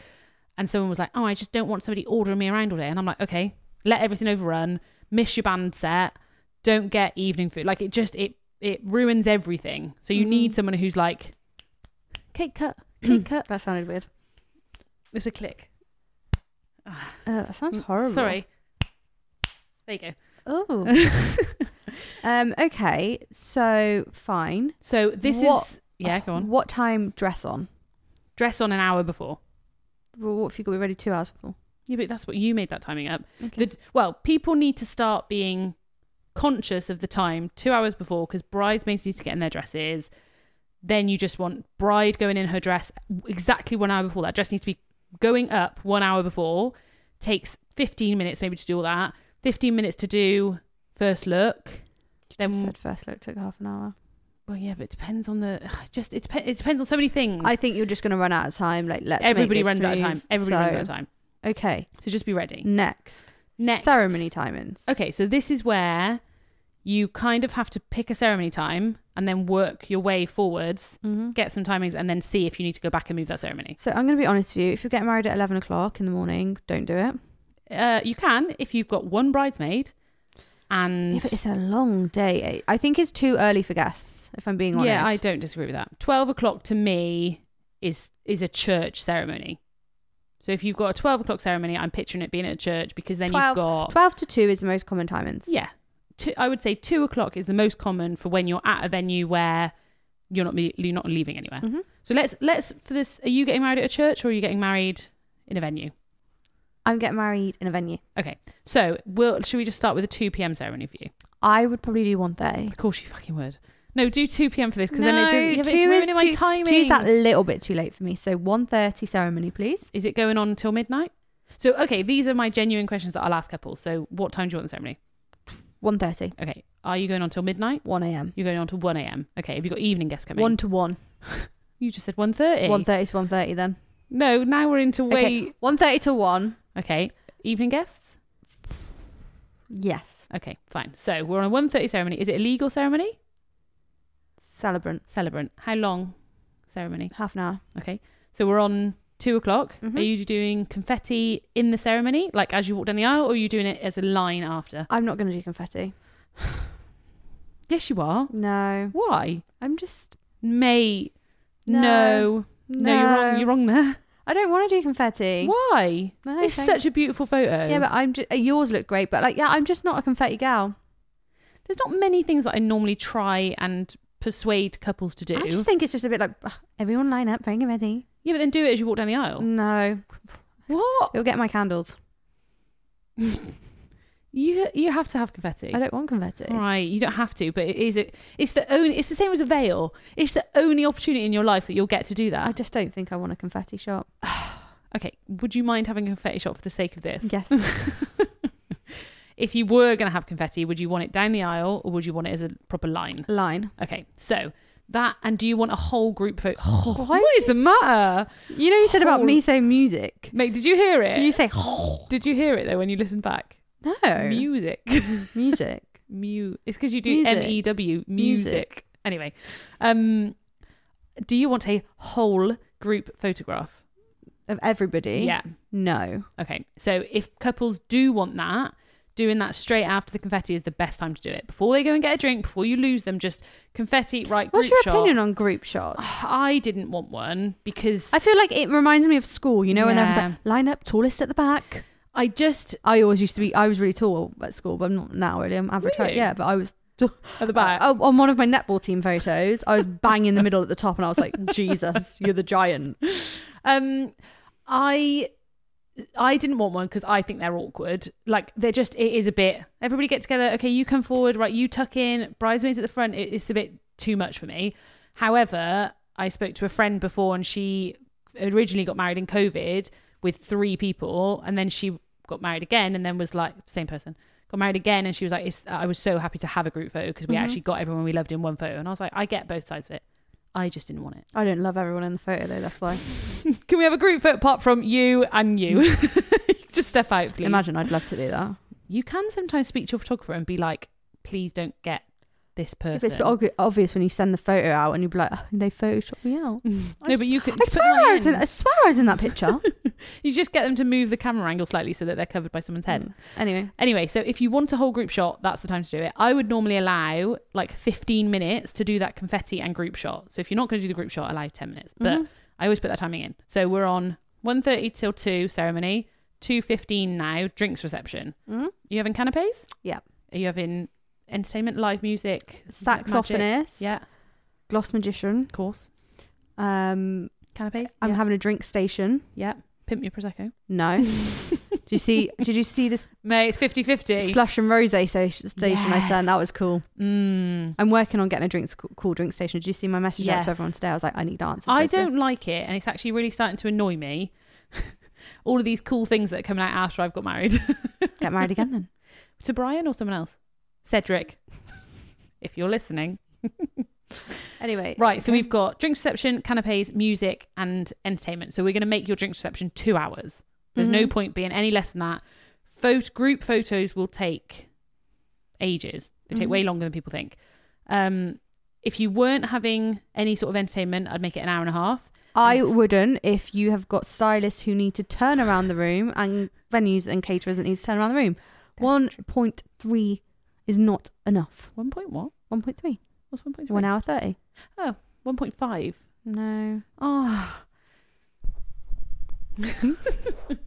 [SPEAKER 1] and someone was like, "Oh, I just don't want somebody ordering me around all day." And I'm like, "Okay, let everything overrun. Miss your band set don't get evening food. Like it just it it ruins everything. So you
[SPEAKER 2] Mhm.
[SPEAKER 1] need someone who's like cake cut, cake cut.
[SPEAKER 2] That sounded weird.
[SPEAKER 1] It's a click. Ah,
[SPEAKER 2] Uh, that sounds
[SPEAKER 1] mm,
[SPEAKER 2] horrible.
[SPEAKER 1] Sorry. There you
[SPEAKER 2] Oh.
[SPEAKER 1] go.
[SPEAKER 2] um. Okay. So fine.
[SPEAKER 1] so this
[SPEAKER 2] What-
[SPEAKER 1] is yeah. Go on.
[SPEAKER 2] What time dress on?
[SPEAKER 1] Dress on an hour before.
[SPEAKER 2] Well, what if you got to be ready two hours before?
[SPEAKER 1] Yeah, but that's what you made that timing up. The, well, people need to start being conscious of the time two hours before because bridesmaids need to get in their dresses. Then you just want bride going in her dress exactly one hour before. That dress needs to be going up one hour before. Takes 15 minutes maybe to do all that. 15 minutes to do first look.
[SPEAKER 2] You
[SPEAKER 1] Then,
[SPEAKER 2] said first look took half an hour.
[SPEAKER 1] well, yeah, but it depends on the. Just it, dep- it depends on so many things.
[SPEAKER 2] I think you're just going to run out of time. Like, let's make
[SPEAKER 1] Mm. Everybody
[SPEAKER 2] this
[SPEAKER 1] runs out of time.
[SPEAKER 2] smooth.
[SPEAKER 1] Everybody runs
[SPEAKER 2] So,
[SPEAKER 1] out of time.
[SPEAKER 2] Okay,
[SPEAKER 1] So just be ready.
[SPEAKER 2] next.
[SPEAKER 1] Next
[SPEAKER 2] ceremony timings.
[SPEAKER 1] Okay, so this is where you kind of have to pick a ceremony time and then work your way forwards,
[SPEAKER 2] Mm-hmm.
[SPEAKER 1] get some timings, and then see if you need to go back and move that ceremony.
[SPEAKER 2] So I'm going to be honest with you. If you're getting married at 11 o'clock in the morning, don't do it.
[SPEAKER 1] Uh, you can if you've got one bridesmaid,
[SPEAKER 2] Yeah,
[SPEAKER 1] and
[SPEAKER 2] but it's a long day. I I think it's too early for guests. If I'm being honest.
[SPEAKER 1] yeah, I don't disagree with that. Twelve o'clock to me is is a church ceremony. So if you've got a twelve o'clock ceremony, I'm picturing it being at a church because then
[SPEAKER 2] 12
[SPEAKER 1] you've got
[SPEAKER 2] 12 to 2 is the most common timings.
[SPEAKER 1] Yeah. Two, I would say two o'clock is the most common for when you're at a venue where you're not me- you're not leaving anywhere.
[SPEAKER 2] Mhm.
[SPEAKER 1] So let's let's for this. Are you getting married at a church or are you getting married in a venue?
[SPEAKER 2] I'm getting married in a venue.
[SPEAKER 1] Okay. So will should we just start with a two p.m. ceremony for you?
[SPEAKER 2] I would probably do 1.30.
[SPEAKER 1] Of course you fucking would. No, do two p.m. for this because then
[SPEAKER 2] No,
[SPEAKER 1] it just, yeah, but it's
[SPEAKER 2] two is
[SPEAKER 1] ruining my
[SPEAKER 2] too-
[SPEAKER 1] timing.
[SPEAKER 2] Tuesday's that little bit too late for me. So 1.30 ceremony, please.
[SPEAKER 1] Is it going on until midnight? So okay, these are my genuine questions that I'll ask couples. So what time do you want the ceremony?
[SPEAKER 2] 1.30.
[SPEAKER 1] Okay, are you going on till midnight?
[SPEAKER 2] 1 a.m.
[SPEAKER 1] You're going on till one a.m. Okay, have you got evening guests coming?
[SPEAKER 2] 1 to 1.
[SPEAKER 1] You just said one thirty.
[SPEAKER 2] 1.30 to 1.30 then.
[SPEAKER 1] No, now we're into
[SPEAKER 2] Okay.
[SPEAKER 1] wait.
[SPEAKER 2] 1.30 to 1.
[SPEAKER 1] Okay. Evening guests?
[SPEAKER 2] Yes.
[SPEAKER 1] Okay, fine. So we're on a 1.30 ceremony. Is it a legal ceremony?
[SPEAKER 2] Celebrant.
[SPEAKER 1] Celebrant. How long ceremony?
[SPEAKER 2] Half an hour.
[SPEAKER 1] Okay. So we're on two o'clock.
[SPEAKER 2] Mhm.
[SPEAKER 1] Are you doing confetti in the ceremony, like as you walk down the aisle, or are you doing it as a line after?
[SPEAKER 2] I'm not going to do confetti.
[SPEAKER 1] Yes, you are.
[SPEAKER 2] No.
[SPEAKER 1] Why?
[SPEAKER 2] I'm just...
[SPEAKER 1] Mate.
[SPEAKER 2] No.
[SPEAKER 1] No. No, you're wrong. You're wrong there.
[SPEAKER 2] I don't want to do confetti.
[SPEAKER 1] Why?
[SPEAKER 2] No,
[SPEAKER 1] It's
[SPEAKER 2] thank-
[SPEAKER 1] such a beautiful photo.
[SPEAKER 2] Yeah, but I'm just, yours look great, but like, yeah, I'm just not a confetti gal.
[SPEAKER 1] there's not many things that I normally try and persuade couples to do.
[SPEAKER 2] I just think it's just a bit like ugh, everyone line up, bring confetti.
[SPEAKER 1] yeah, but then do it as you walk down the aisle.
[SPEAKER 2] Mm. No,
[SPEAKER 1] What?
[SPEAKER 2] you'll get my candles.
[SPEAKER 1] You you have to have confetti.
[SPEAKER 2] I don't want confetti.
[SPEAKER 1] Right, you don't have to, but it is a, it's the only it's the same as a veil. It's the only opportunity in your life that you'll get to do
[SPEAKER 2] I
[SPEAKER 1] that.
[SPEAKER 2] just don't think I want a confetti shop.
[SPEAKER 1] Okay, would you mind having a confetti shot for the sake of this?
[SPEAKER 2] Yes,
[SPEAKER 1] If you were going to have confetti, would you want it down the aisle or would you want it as a proper line?
[SPEAKER 2] line.
[SPEAKER 1] Okay, so that and do you want a whole group vote? Oh,
[SPEAKER 2] Why
[SPEAKER 1] what is the matter,
[SPEAKER 2] You know, you said about
[SPEAKER 1] Whole-
[SPEAKER 2] me saying music.
[SPEAKER 1] mate? Did you hear it?
[SPEAKER 2] You say
[SPEAKER 1] did you hear it though when you listened back?
[SPEAKER 2] no
[SPEAKER 1] Music.
[SPEAKER 2] music.
[SPEAKER 1] Mew. It's because you do
[SPEAKER 2] Music.
[SPEAKER 1] M E W music.
[SPEAKER 2] Music.
[SPEAKER 1] Anyway, um, do you want a whole group photograph?
[SPEAKER 2] Of everybody,
[SPEAKER 1] Yeah.
[SPEAKER 2] No,
[SPEAKER 1] Okay. So if couples do want that, doing that straight after the confetti is the best time to do it. Before they go and get a drink, before you lose them, just confetti. Right.
[SPEAKER 2] what's
[SPEAKER 1] group
[SPEAKER 2] your
[SPEAKER 1] shot.
[SPEAKER 2] opinion on group shots?
[SPEAKER 1] I didn't want one because
[SPEAKER 2] I feel like it reminds me of school. You know, when everyone's
[SPEAKER 1] Yeah.
[SPEAKER 2] like line up, tallest at the back.
[SPEAKER 1] I just
[SPEAKER 2] I always used to be. I was really tall at school, but I'm not now. Really, I'm average height.
[SPEAKER 1] Really?
[SPEAKER 2] Yeah, but I was
[SPEAKER 1] at the back.
[SPEAKER 2] Oh, on one of my netball team photos, I was bang in the middle at the top, and I was like, "Jesus, you're the giant."
[SPEAKER 1] Um, I I didn't want one because I think they're awkward. Like they're just it is a bit. Everybody get together. Okay, you come forward. Right, you tuck in. Bridesmaids at the front. It, it's a bit too much for me. However, I spoke to a friend before, and she originally got married in COVID with three people, and then she got married again, and then was like same person. Got married again, and she was like, it's, "I was so happy to have a group photo because we
[SPEAKER 2] Mhm.
[SPEAKER 1] actually got everyone we loved in one photo." And I was like, "I get both sides of it. I just didn't want it."
[SPEAKER 2] I don't love everyone in the photo though. That's why.
[SPEAKER 1] Can we have a group photo apart from you and you? Just step out, please.
[SPEAKER 2] Imagine I'd love to do that.
[SPEAKER 1] You can sometimes speak to your photographer and be like, please don't get this
[SPEAKER 2] It's
[SPEAKER 1] person.
[SPEAKER 2] a bit obvi- obvious when you send the photo out and you'd be like, oh, "They photoshopped me out."
[SPEAKER 1] no, but you could.
[SPEAKER 2] I
[SPEAKER 1] put them
[SPEAKER 2] swear
[SPEAKER 1] on the
[SPEAKER 2] I was in. I
[SPEAKER 1] end.
[SPEAKER 2] swear I was in that picture.
[SPEAKER 1] You just get them to move the camera angle slightly so that they're covered by someone's head.
[SPEAKER 2] Mm. Anyway,
[SPEAKER 1] Anyway, so if you want a whole group shot, that's the time to do it. I would normally allow like 15 minutes to do that confetti and group shot. So if you're not going to do the group shot, allow 10 minutes. But
[SPEAKER 2] Mhm.
[SPEAKER 1] I always put that timing in. So we're on 1.30 till 2 ceremony, 2.15 now, drinks reception.
[SPEAKER 2] Mhm.
[SPEAKER 1] You having canapes?
[SPEAKER 2] Yeah.
[SPEAKER 1] Are you having entertainment, live music? magic?
[SPEAKER 2] saxophonist,
[SPEAKER 1] Yeah,
[SPEAKER 2] gloss magician.
[SPEAKER 1] of course.
[SPEAKER 2] Um,
[SPEAKER 1] Canapes?
[SPEAKER 2] I'm
[SPEAKER 1] yeah.
[SPEAKER 2] having a drink station.
[SPEAKER 1] yeah. Pimp your Prosecco.
[SPEAKER 2] No, you see? did you see this
[SPEAKER 1] Mate, it's 50 50.
[SPEAKER 2] slush and rose station I
[SPEAKER 1] Yes.
[SPEAKER 2] sent? That was cool.
[SPEAKER 1] mm.
[SPEAKER 2] I'm working on getting a drinks cool drink station. Did you see my message out
[SPEAKER 1] Yes.
[SPEAKER 2] to everyone today? I was like, I need answers.
[SPEAKER 1] I
[SPEAKER 2] basically.
[SPEAKER 1] don't like it, and it's actually really starting to annoy me. All of these cool things that are coming out after I've got married.
[SPEAKER 2] get married again then.
[SPEAKER 1] to Brian or someone else? Cedric, if you're listening.
[SPEAKER 2] Anyway,
[SPEAKER 1] Right, so
[SPEAKER 2] okay.
[SPEAKER 1] we've got drink reception, canapes, music, and entertainment. So we're going to make your drink reception two hours. There's no
[SPEAKER 2] Mhm.
[SPEAKER 1] point being any less than that. Photo- group photos will take ages. They take
[SPEAKER 2] Mhm.
[SPEAKER 1] way longer than people think. Um, if you weren't having any sort of entertainment, I'd make it an hour and a half.
[SPEAKER 2] I wouldn't if you have got stylists who need to turn around the room and venues and caterers that need to turn around the room. One point three is not enough.
[SPEAKER 1] One point what?
[SPEAKER 2] One point three.
[SPEAKER 1] What's one point three?
[SPEAKER 2] One hour thirty.
[SPEAKER 1] One point five.
[SPEAKER 2] No.
[SPEAKER 1] Ah,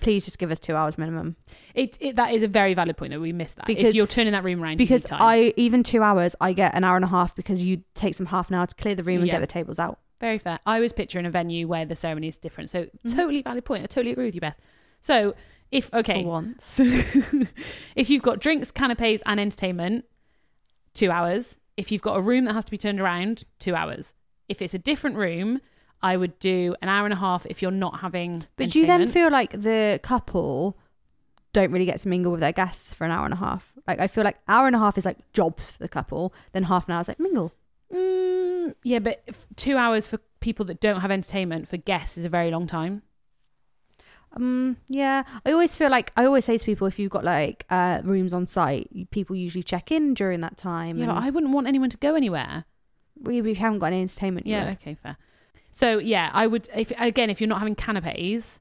[SPEAKER 2] Please just give us two hours minimum.
[SPEAKER 1] it, it that is a very valid point that we missed that. if
[SPEAKER 2] Because-
[SPEAKER 1] you're turning that room around, you
[SPEAKER 2] Because
[SPEAKER 1] need time.
[SPEAKER 2] I even two hours I get an hour and a half because you take some half an hour to clear the room and
[SPEAKER 1] Yeah.
[SPEAKER 2] get the tables out.
[SPEAKER 1] Very fair. I was picturing a venue where the ceremony is different. So
[SPEAKER 2] Mhm.
[SPEAKER 1] totally valid point. I totally agree with you, Beth. So if okay,
[SPEAKER 2] For once.
[SPEAKER 1] so if you've got drinks, canapes, and entertainment, two hours. If you've got a room that has to be turned around, two hours. If it's a different room, I would do an hour and a half if you're not having.
[SPEAKER 2] But do you then
[SPEAKER 1] entertainment.
[SPEAKER 2] feel like the couple don't really get to mingle with their guests for an hour and a half? Like I feel like hour and a half is like jobs for the couple, then half an hour is like mingle.
[SPEAKER 1] Mm, yeah, but if two hours for people that don't have entertainment for guests is a very long time.
[SPEAKER 2] Um, yeah, I always feel like I always say to people if you've got like uh, rooms on site, you- people usually check in during that time.
[SPEAKER 1] yeah,
[SPEAKER 2] and
[SPEAKER 1] but I wouldn't want anyone to go anywhere.
[SPEAKER 2] we, we haven't got any entertainment. you
[SPEAKER 1] Yeah.
[SPEAKER 2] know.
[SPEAKER 1] Okay. Fair. So yeah, I would. If again, if you're not having canapes,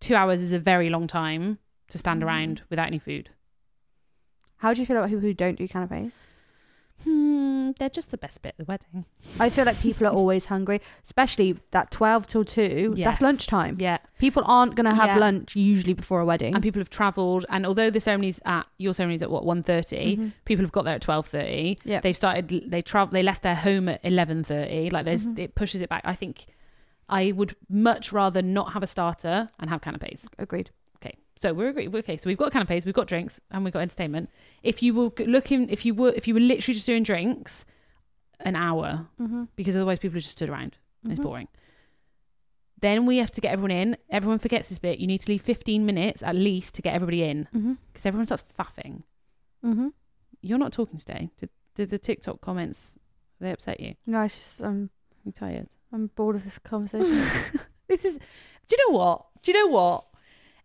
[SPEAKER 1] two hours is a very long time to stand
[SPEAKER 2] Mm.
[SPEAKER 1] around without any food.
[SPEAKER 2] How do you feel about people who don't do canapes?
[SPEAKER 1] Hmm, they're just the best bit of the wedding.
[SPEAKER 2] I feel like people are always hungry, especially that twelve till two.
[SPEAKER 1] Yes.
[SPEAKER 2] That's lunchtime.
[SPEAKER 1] Yeah,
[SPEAKER 2] People aren't gonna have
[SPEAKER 1] Yeah.
[SPEAKER 2] lunch usually before a wedding.
[SPEAKER 1] and people have travelled, and although the ceremony's at your ceremony's at what one
[SPEAKER 2] Mhm.
[SPEAKER 1] people have got there at twelve thirty.
[SPEAKER 2] Yeah.
[SPEAKER 1] they've started. They travel. They left their home at eleven thirty. Like there's,
[SPEAKER 2] Mhm.
[SPEAKER 1] it pushes it back. I think I would much rather not have a starter and have canapes.
[SPEAKER 2] Agreed.
[SPEAKER 1] Okay, so we're agree. Okay, so we've got canapes, we've got drinks, and we've got entertainment. If you were g- looking, if you were, if you were literally just doing drinks, an hour,
[SPEAKER 2] Mm-hmm.
[SPEAKER 1] because otherwise people have just stood around. It's boring. Then we have to get everyone in. Everyone forgets this bit. You need to leave 15 minutes at least to get everybody in
[SPEAKER 2] Mm-hmm.
[SPEAKER 1] because everyone starts faffing.
[SPEAKER 2] Mm-hmm.
[SPEAKER 1] You're not talking today. Did, did the TikTok comments they upset you?
[SPEAKER 2] No, it's just I'm
[SPEAKER 1] You tired?
[SPEAKER 2] I'm bored of this conversation.
[SPEAKER 1] this is. Do you know what? Do you know what?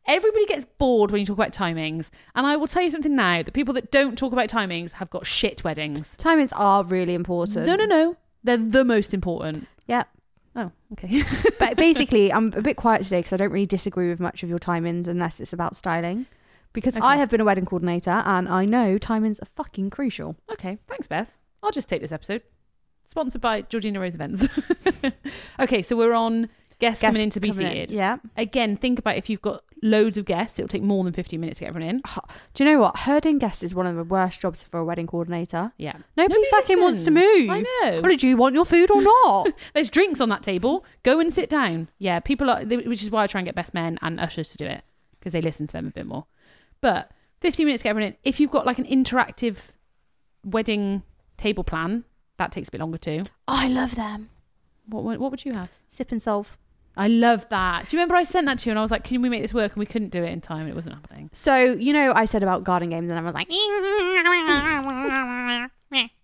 [SPEAKER 1] Everybody gets bored when you talk about timings, and I will tell you something now: that people that don't talk about timings have got shit weddings.
[SPEAKER 2] Timings are really important.
[SPEAKER 1] No, no, no. They're the most important.
[SPEAKER 2] Yep.
[SPEAKER 1] Oh, okay.
[SPEAKER 2] but basically, I'm a bit quiet today because I don't really disagree with much of your timings unless it's about styling. Because I
[SPEAKER 1] Okay.
[SPEAKER 2] have been a wedding coordinator and I know timings are fucking crucial.
[SPEAKER 1] Okay, thanks, Beth. I'll just take this episode. Sponsored by Georgina Rose Events. okay, so we're on guests coming in to be
[SPEAKER 2] coming in.
[SPEAKER 1] seated.
[SPEAKER 2] Yeah.
[SPEAKER 1] Again, think about if you've got loads of guests, it'll take more than 15 minutes to get everyone in.
[SPEAKER 2] Do you know what? Herding guests is one of the worst jobs for a wedding coordinator.
[SPEAKER 1] Yeah.
[SPEAKER 2] Nobody,
[SPEAKER 1] Nobody
[SPEAKER 2] fucking wants to
[SPEAKER 1] listens.
[SPEAKER 2] move.
[SPEAKER 1] I know.
[SPEAKER 2] Well, do you want your food or not?
[SPEAKER 1] There's drinks on that table. Go and sit down. Yeah, people are, they- which is why I try and get best men and ushers to do it because they listen to them a bit more. But 15 minutes to get everyone in. If you've got like an interactive wedding table plan, that takes a bit longer too.
[SPEAKER 2] I love them.
[SPEAKER 1] What, what, what would you have?
[SPEAKER 2] Sip and solve.
[SPEAKER 1] I love that. Do you remember I sent that to you and I was like, can we make this work? And we couldn't do it in time and it wasn't happening.
[SPEAKER 2] So, you know, I said about garden games and I was like,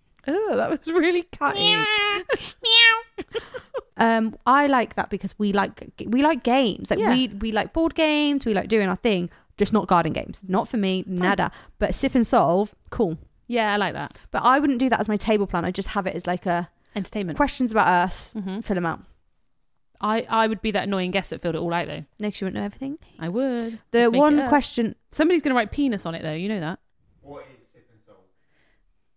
[SPEAKER 1] Oh, that was really catty.
[SPEAKER 2] um, I like that because we like we like games. Like
[SPEAKER 1] Yeah.
[SPEAKER 2] we we like board games. We like doing our thing. Just not garden games. Not for me. Nada. But sip and solve. Cool.
[SPEAKER 1] Yeah, I like that.
[SPEAKER 2] But I wouldn't do that as my table plan. I just have it as like a
[SPEAKER 1] Entertainment.
[SPEAKER 2] questions about us.
[SPEAKER 1] hmm
[SPEAKER 2] Fill them out.
[SPEAKER 1] I, I would be that annoying guest that filled it all out though.
[SPEAKER 2] No, 'cause you wouldn't know everything.
[SPEAKER 1] I would.
[SPEAKER 2] The
[SPEAKER 1] Make it
[SPEAKER 2] one
[SPEAKER 1] up.
[SPEAKER 2] question.
[SPEAKER 1] Somebody's going to write penis on it though. You know that.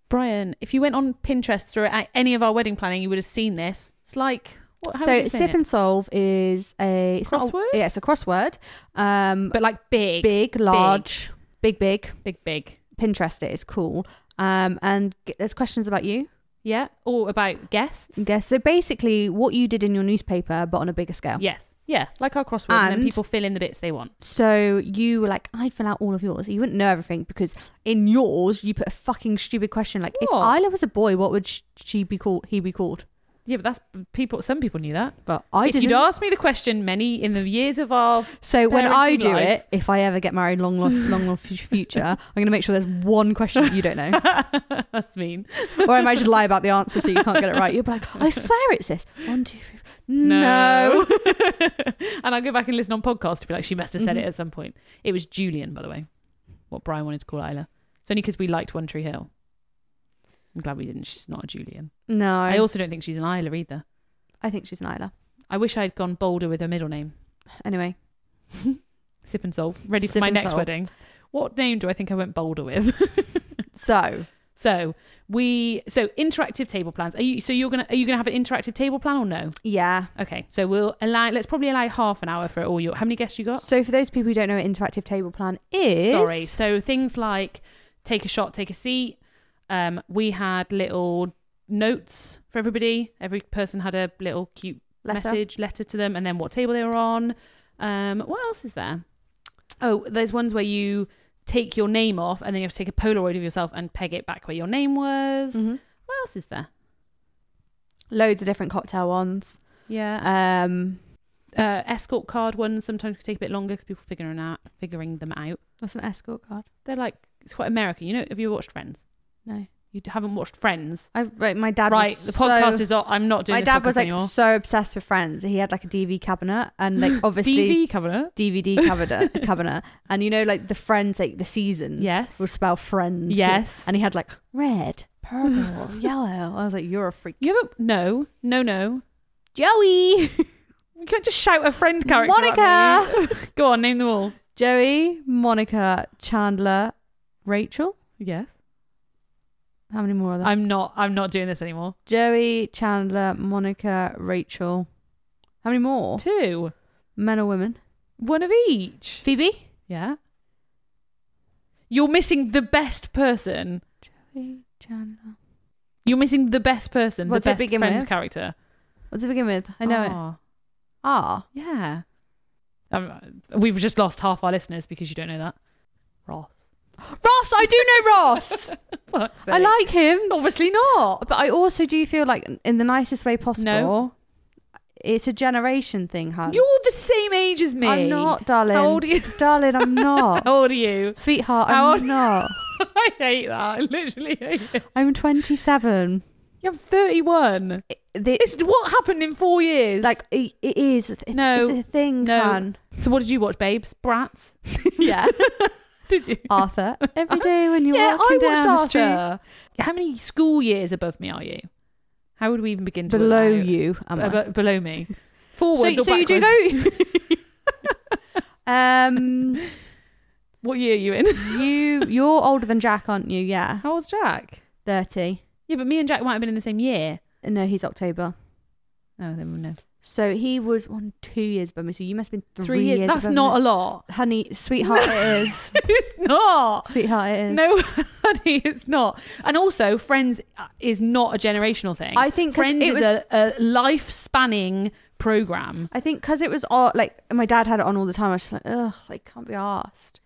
[SPEAKER 1] Brian, if you went on Pinterest through any of our wedding planning, you would have seen this. It's like, what, how would
[SPEAKER 2] so
[SPEAKER 1] you
[SPEAKER 2] sip
[SPEAKER 1] sip
[SPEAKER 2] and solve is a it's not a-
[SPEAKER 1] Crossword?
[SPEAKER 2] yeah, it's a crossword. Um,
[SPEAKER 1] But like big, big,
[SPEAKER 2] big, large, big, big.
[SPEAKER 1] big, big.
[SPEAKER 2] Pinterest it is cool. Um, and g- there's questions about you.
[SPEAKER 1] Yeah. Or about guests.
[SPEAKER 2] Okay, so basically what you did in your newspaper, but on a bigger scale.
[SPEAKER 1] Yes. Yeah. Like our crossword. And, then
[SPEAKER 2] And-
[SPEAKER 1] people fill in the bits they want.
[SPEAKER 2] So you were like, I'd fill out all of yours. You wouldn't know everything because in yours you put a fucking stupid question like,
[SPEAKER 1] What?
[SPEAKER 2] if Isla was a boy, what would sh- she be called? He be called?
[SPEAKER 1] Yeah, but that's people. Some people knew that.
[SPEAKER 2] But I
[SPEAKER 1] if
[SPEAKER 2] didn't.
[SPEAKER 1] you'd asked me the question, many in the years of our
[SPEAKER 2] so when I
[SPEAKER 1] parenting
[SPEAKER 2] do
[SPEAKER 1] life.
[SPEAKER 2] it, if I ever get married, long, long, long, long fu- future, I'm gonna make sure there's one question that you don't know,
[SPEAKER 1] that's mean.
[SPEAKER 2] or I might just lie about the answer so you can't get it right. You'll be like, I swear it's this. One, two, three. four." No.
[SPEAKER 1] and I'll go back and listen on podcast to be like, she must have said
[SPEAKER 2] Mm-hmm.
[SPEAKER 1] it at some point. It was Julian, by the way, what Brian wanted to call Isla. It's only because we liked One Tree Hill. I'm glad we didn't. She's not a Julian.
[SPEAKER 2] No.
[SPEAKER 1] I,
[SPEAKER 2] I,
[SPEAKER 1] also don't think she's an Isla either.
[SPEAKER 2] think she's an Isla.
[SPEAKER 1] I wish I'd gone bolder with her middle name.
[SPEAKER 2] Anyway,
[SPEAKER 1] Sip and Solve. Ready for
[SPEAKER 2] Sip
[SPEAKER 1] my
[SPEAKER 2] and
[SPEAKER 1] next
[SPEAKER 2] Solve.
[SPEAKER 1] wedding. What name do I think I went bolder with?
[SPEAKER 2] so
[SPEAKER 1] So we so interactive table plans. Are you so you're gonna are you gonna have an interactive table plan or no?
[SPEAKER 2] yeah.
[SPEAKER 1] Okay, so we'll allow. Let's probably allow half an hour for all your. How many guests you got?
[SPEAKER 2] So for those people who don't know what interactive table plan is,
[SPEAKER 1] Sorry. So things like take a shot, take a seat. Um, we had little notes for everybody. Every person had a little cute
[SPEAKER 2] Letter.
[SPEAKER 1] message letter to them, and then what table they were on. Um, what else is there? Oh, there's ones where you take your name off, and then you have to take a Polaroid of yourself and peg it back where your name was.
[SPEAKER 2] Mhm.
[SPEAKER 1] What else is there?
[SPEAKER 2] loads of different cocktail ones.
[SPEAKER 1] Yeah,
[SPEAKER 2] Um,
[SPEAKER 1] uh, escort card ones sometimes can take a bit longer because people figuring out figuring them out.
[SPEAKER 2] what's an escort card?
[SPEAKER 1] They're like it's quite American, you know. Have you watched Friends?
[SPEAKER 2] No,
[SPEAKER 1] You haven't watched Friends,
[SPEAKER 2] I right. My dad.
[SPEAKER 1] right?
[SPEAKER 2] was
[SPEAKER 1] The podcast
[SPEAKER 2] so,
[SPEAKER 1] is. off. I'm not doing.
[SPEAKER 2] My
[SPEAKER 1] this
[SPEAKER 2] dad
[SPEAKER 1] podcast
[SPEAKER 2] was like
[SPEAKER 1] anymore.
[SPEAKER 2] so obsessed with Friends. He had like a DV cabinet and like obviously
[SPEAKER 1] DV cabinet.
[SPEAKER 2] DVD cabinet, cabinet, and you know like the Friends like the seasons.
[SPEAKER 1] Yes.
[SPEAKER 2] will spell Friends.
[SPEAKER 1] Yes.
[SPEAKER 2] and he had like red, purple, yellow. I was like, you're a freak,
[SPEAKER 1] You haven't? No, no, no.
[SPEAKER 2] Joey,
[SPEAKER 1] You can't just shout a friend character. at me.
[SPEAKER 2] Monica,
[SPEAKER 1] Go on, name them all.
[SPEAKER 2] Joey, Monica, Chandler, Rachel.
[SPEAKER 1] Yes.
[SPEAKER 2] How many more are there?
[SPEAKER 1] I'm not. I'm not doing this anymore.
[SPEAKER 2] Joey, Chandler, Monica, Rachel. How many more?
[SPEAKER 1] Two,
[SPEAKER 2] Men or women?
[SPEAKER 1] one of each.
[SPEAKER 2] Phoebe?
[SPEAKER 1] Yeah. You're missing the best person.
[SPEAKER 2] Joey, Chandler.
[SPEAKER 1] You're missing the best person.
[SPEAKER 2] What does
[SPEAKER 1] the
[SPEAKER 2] it
[SPEAKER 1] best
[SPEAKER 2] begin
[SPEAKER 1] friend
[SPEAKER 2] with?
[SPEAKER 1] character.
[SPEAKER 2] What to begin with? I know it.
[SPEAKER 1] Ah.
[SPEAKER 2] Ah.
[SPEAKER 1] Yeah. Um, we've just lost half our listeners because you don't know that. Ross.
[SPEAKER 2] Ah. Ross! I do know Ross! I like him.
[SPEAKER 1] Obviously not.
[SPEAKER 2] But I also do feel like, in the nicest way possible,
[SPEAKER 1] No.
[SPEAKER 2] it's a generation thing, hun.
[SPEAKER 1] You're the same age as me.
[SPEAKER 2] I'm not, darling.
[SPEAKER 1] How old are you?
[SPEAKER 2] Darling, I'm not. Oh.
[SPEAKER 1] How old are you?
[SPEAKER 2] Sweetheart,
[SPEAKER 1] How
[SPEAKER 2] I'm
[SPEAKER 1] old-
[SPEAKER 2] not.
[SPEAKER 1] I hate that. I literally hate it.
[SPEAKER 2] I'm 27.
[SPEAKER 1] You're 31.
[SPEAKER 2] It- the-
[SPEAKER 1] It's what happened in four years.
[SPEAKER 2] like, it, it is. It,
[SPEAKER 1] No.
[SPEAKER 2] It's a thing,
[SPEAKER 1] No.
[SPEAKER 2] hun.
[SPEAKER 1] so what did you watch, babes? Brats.
[SPEAKER 2] Yeah.
[SPEAKER 1] Did you?
[SPEAKER 2] Arthur. Every day when you're
[SPEAKER 1] yeah,
[SPEAKER 2] walking
[SPEAKER 1] I watched
[SPEAKER 2] down the street.
[SPEAKER 1] Arthur. How many school years above me are you? How would we even begin to work
[SPEAKER 2] below
[SPEAKER 1] that out?
[SPEAKER 2] you. Am I?
[SPEAKER 1] Abo- below me. Forwards
[SPEAKER 2] so,
[SPEAKER 1] or
[SPEAKER 2] so you
[SPEAKER 1] backwards?
[SPEAKER 2] do know. um,
[SPEAKER 1] What year are you in?
[SPEAKER 2] you you're older than Jack, aren't you? Yeah,
[SPEAKER 1] How old's Jack?
[SPEAKER 2] thirty.
[SPEAKER 1] Yeah, but me and Jack might have been in the same year.
[SPEAKER 2] No, he's October.
[SPEAKER 1] Oh, then no.
[SPEAKER 2] So he was one two years above me. So you must have been
[SPEAKER 1] Three,
[SPEAKER 2] three,
[SPEAKER 1] years. That's
[SPEAKER 2] above
[SPEAKER 1] not
[SPEAKER 2] me.
[SPEAKER 1] a lot.
[SPEAKER 2] honey, sweetheart. it is,
[SPEAKER 1] It's not.
[SPEAKER 2] sweetheart. It is.
[SPEAKER 1] No, honey, it's not. And also, Friends uh, is not a generational thing.
[SPEAKER 2] I think 'cause
[SPEAKER 1] Friends
[SPEAKER 2] it
[SPEAKER 1] is
[SPEAKER 2] was-
[SPEAKER 1] a, a life spanning program.
[SPEAKER 2] I think because it was all like my dad had it on all the time. I was just like, ugh, like can't be asked.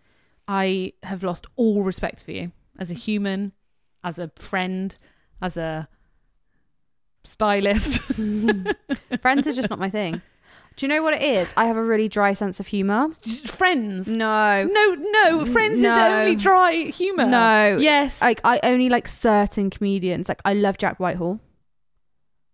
[SPEAKER 1] I have lost all respect for you as a human, as a friend, as a stylist.
[SPEAKER 2] Friends is just not my thing. Do you know what it is? I have a really dry sense of humor.
[SPEAKER 1] friends.
[SPEAKER 2] No,
[SPEAKER 1] No, no, Friends is
[SPEAKER 2] No.
[SPEAKER 1] only dry humour.
[SPEAKER 2] No.
[SPEAKER 1] Yes.
[SPEAKER 2] like I only like certain comedians. Like I love Jack Whitehall,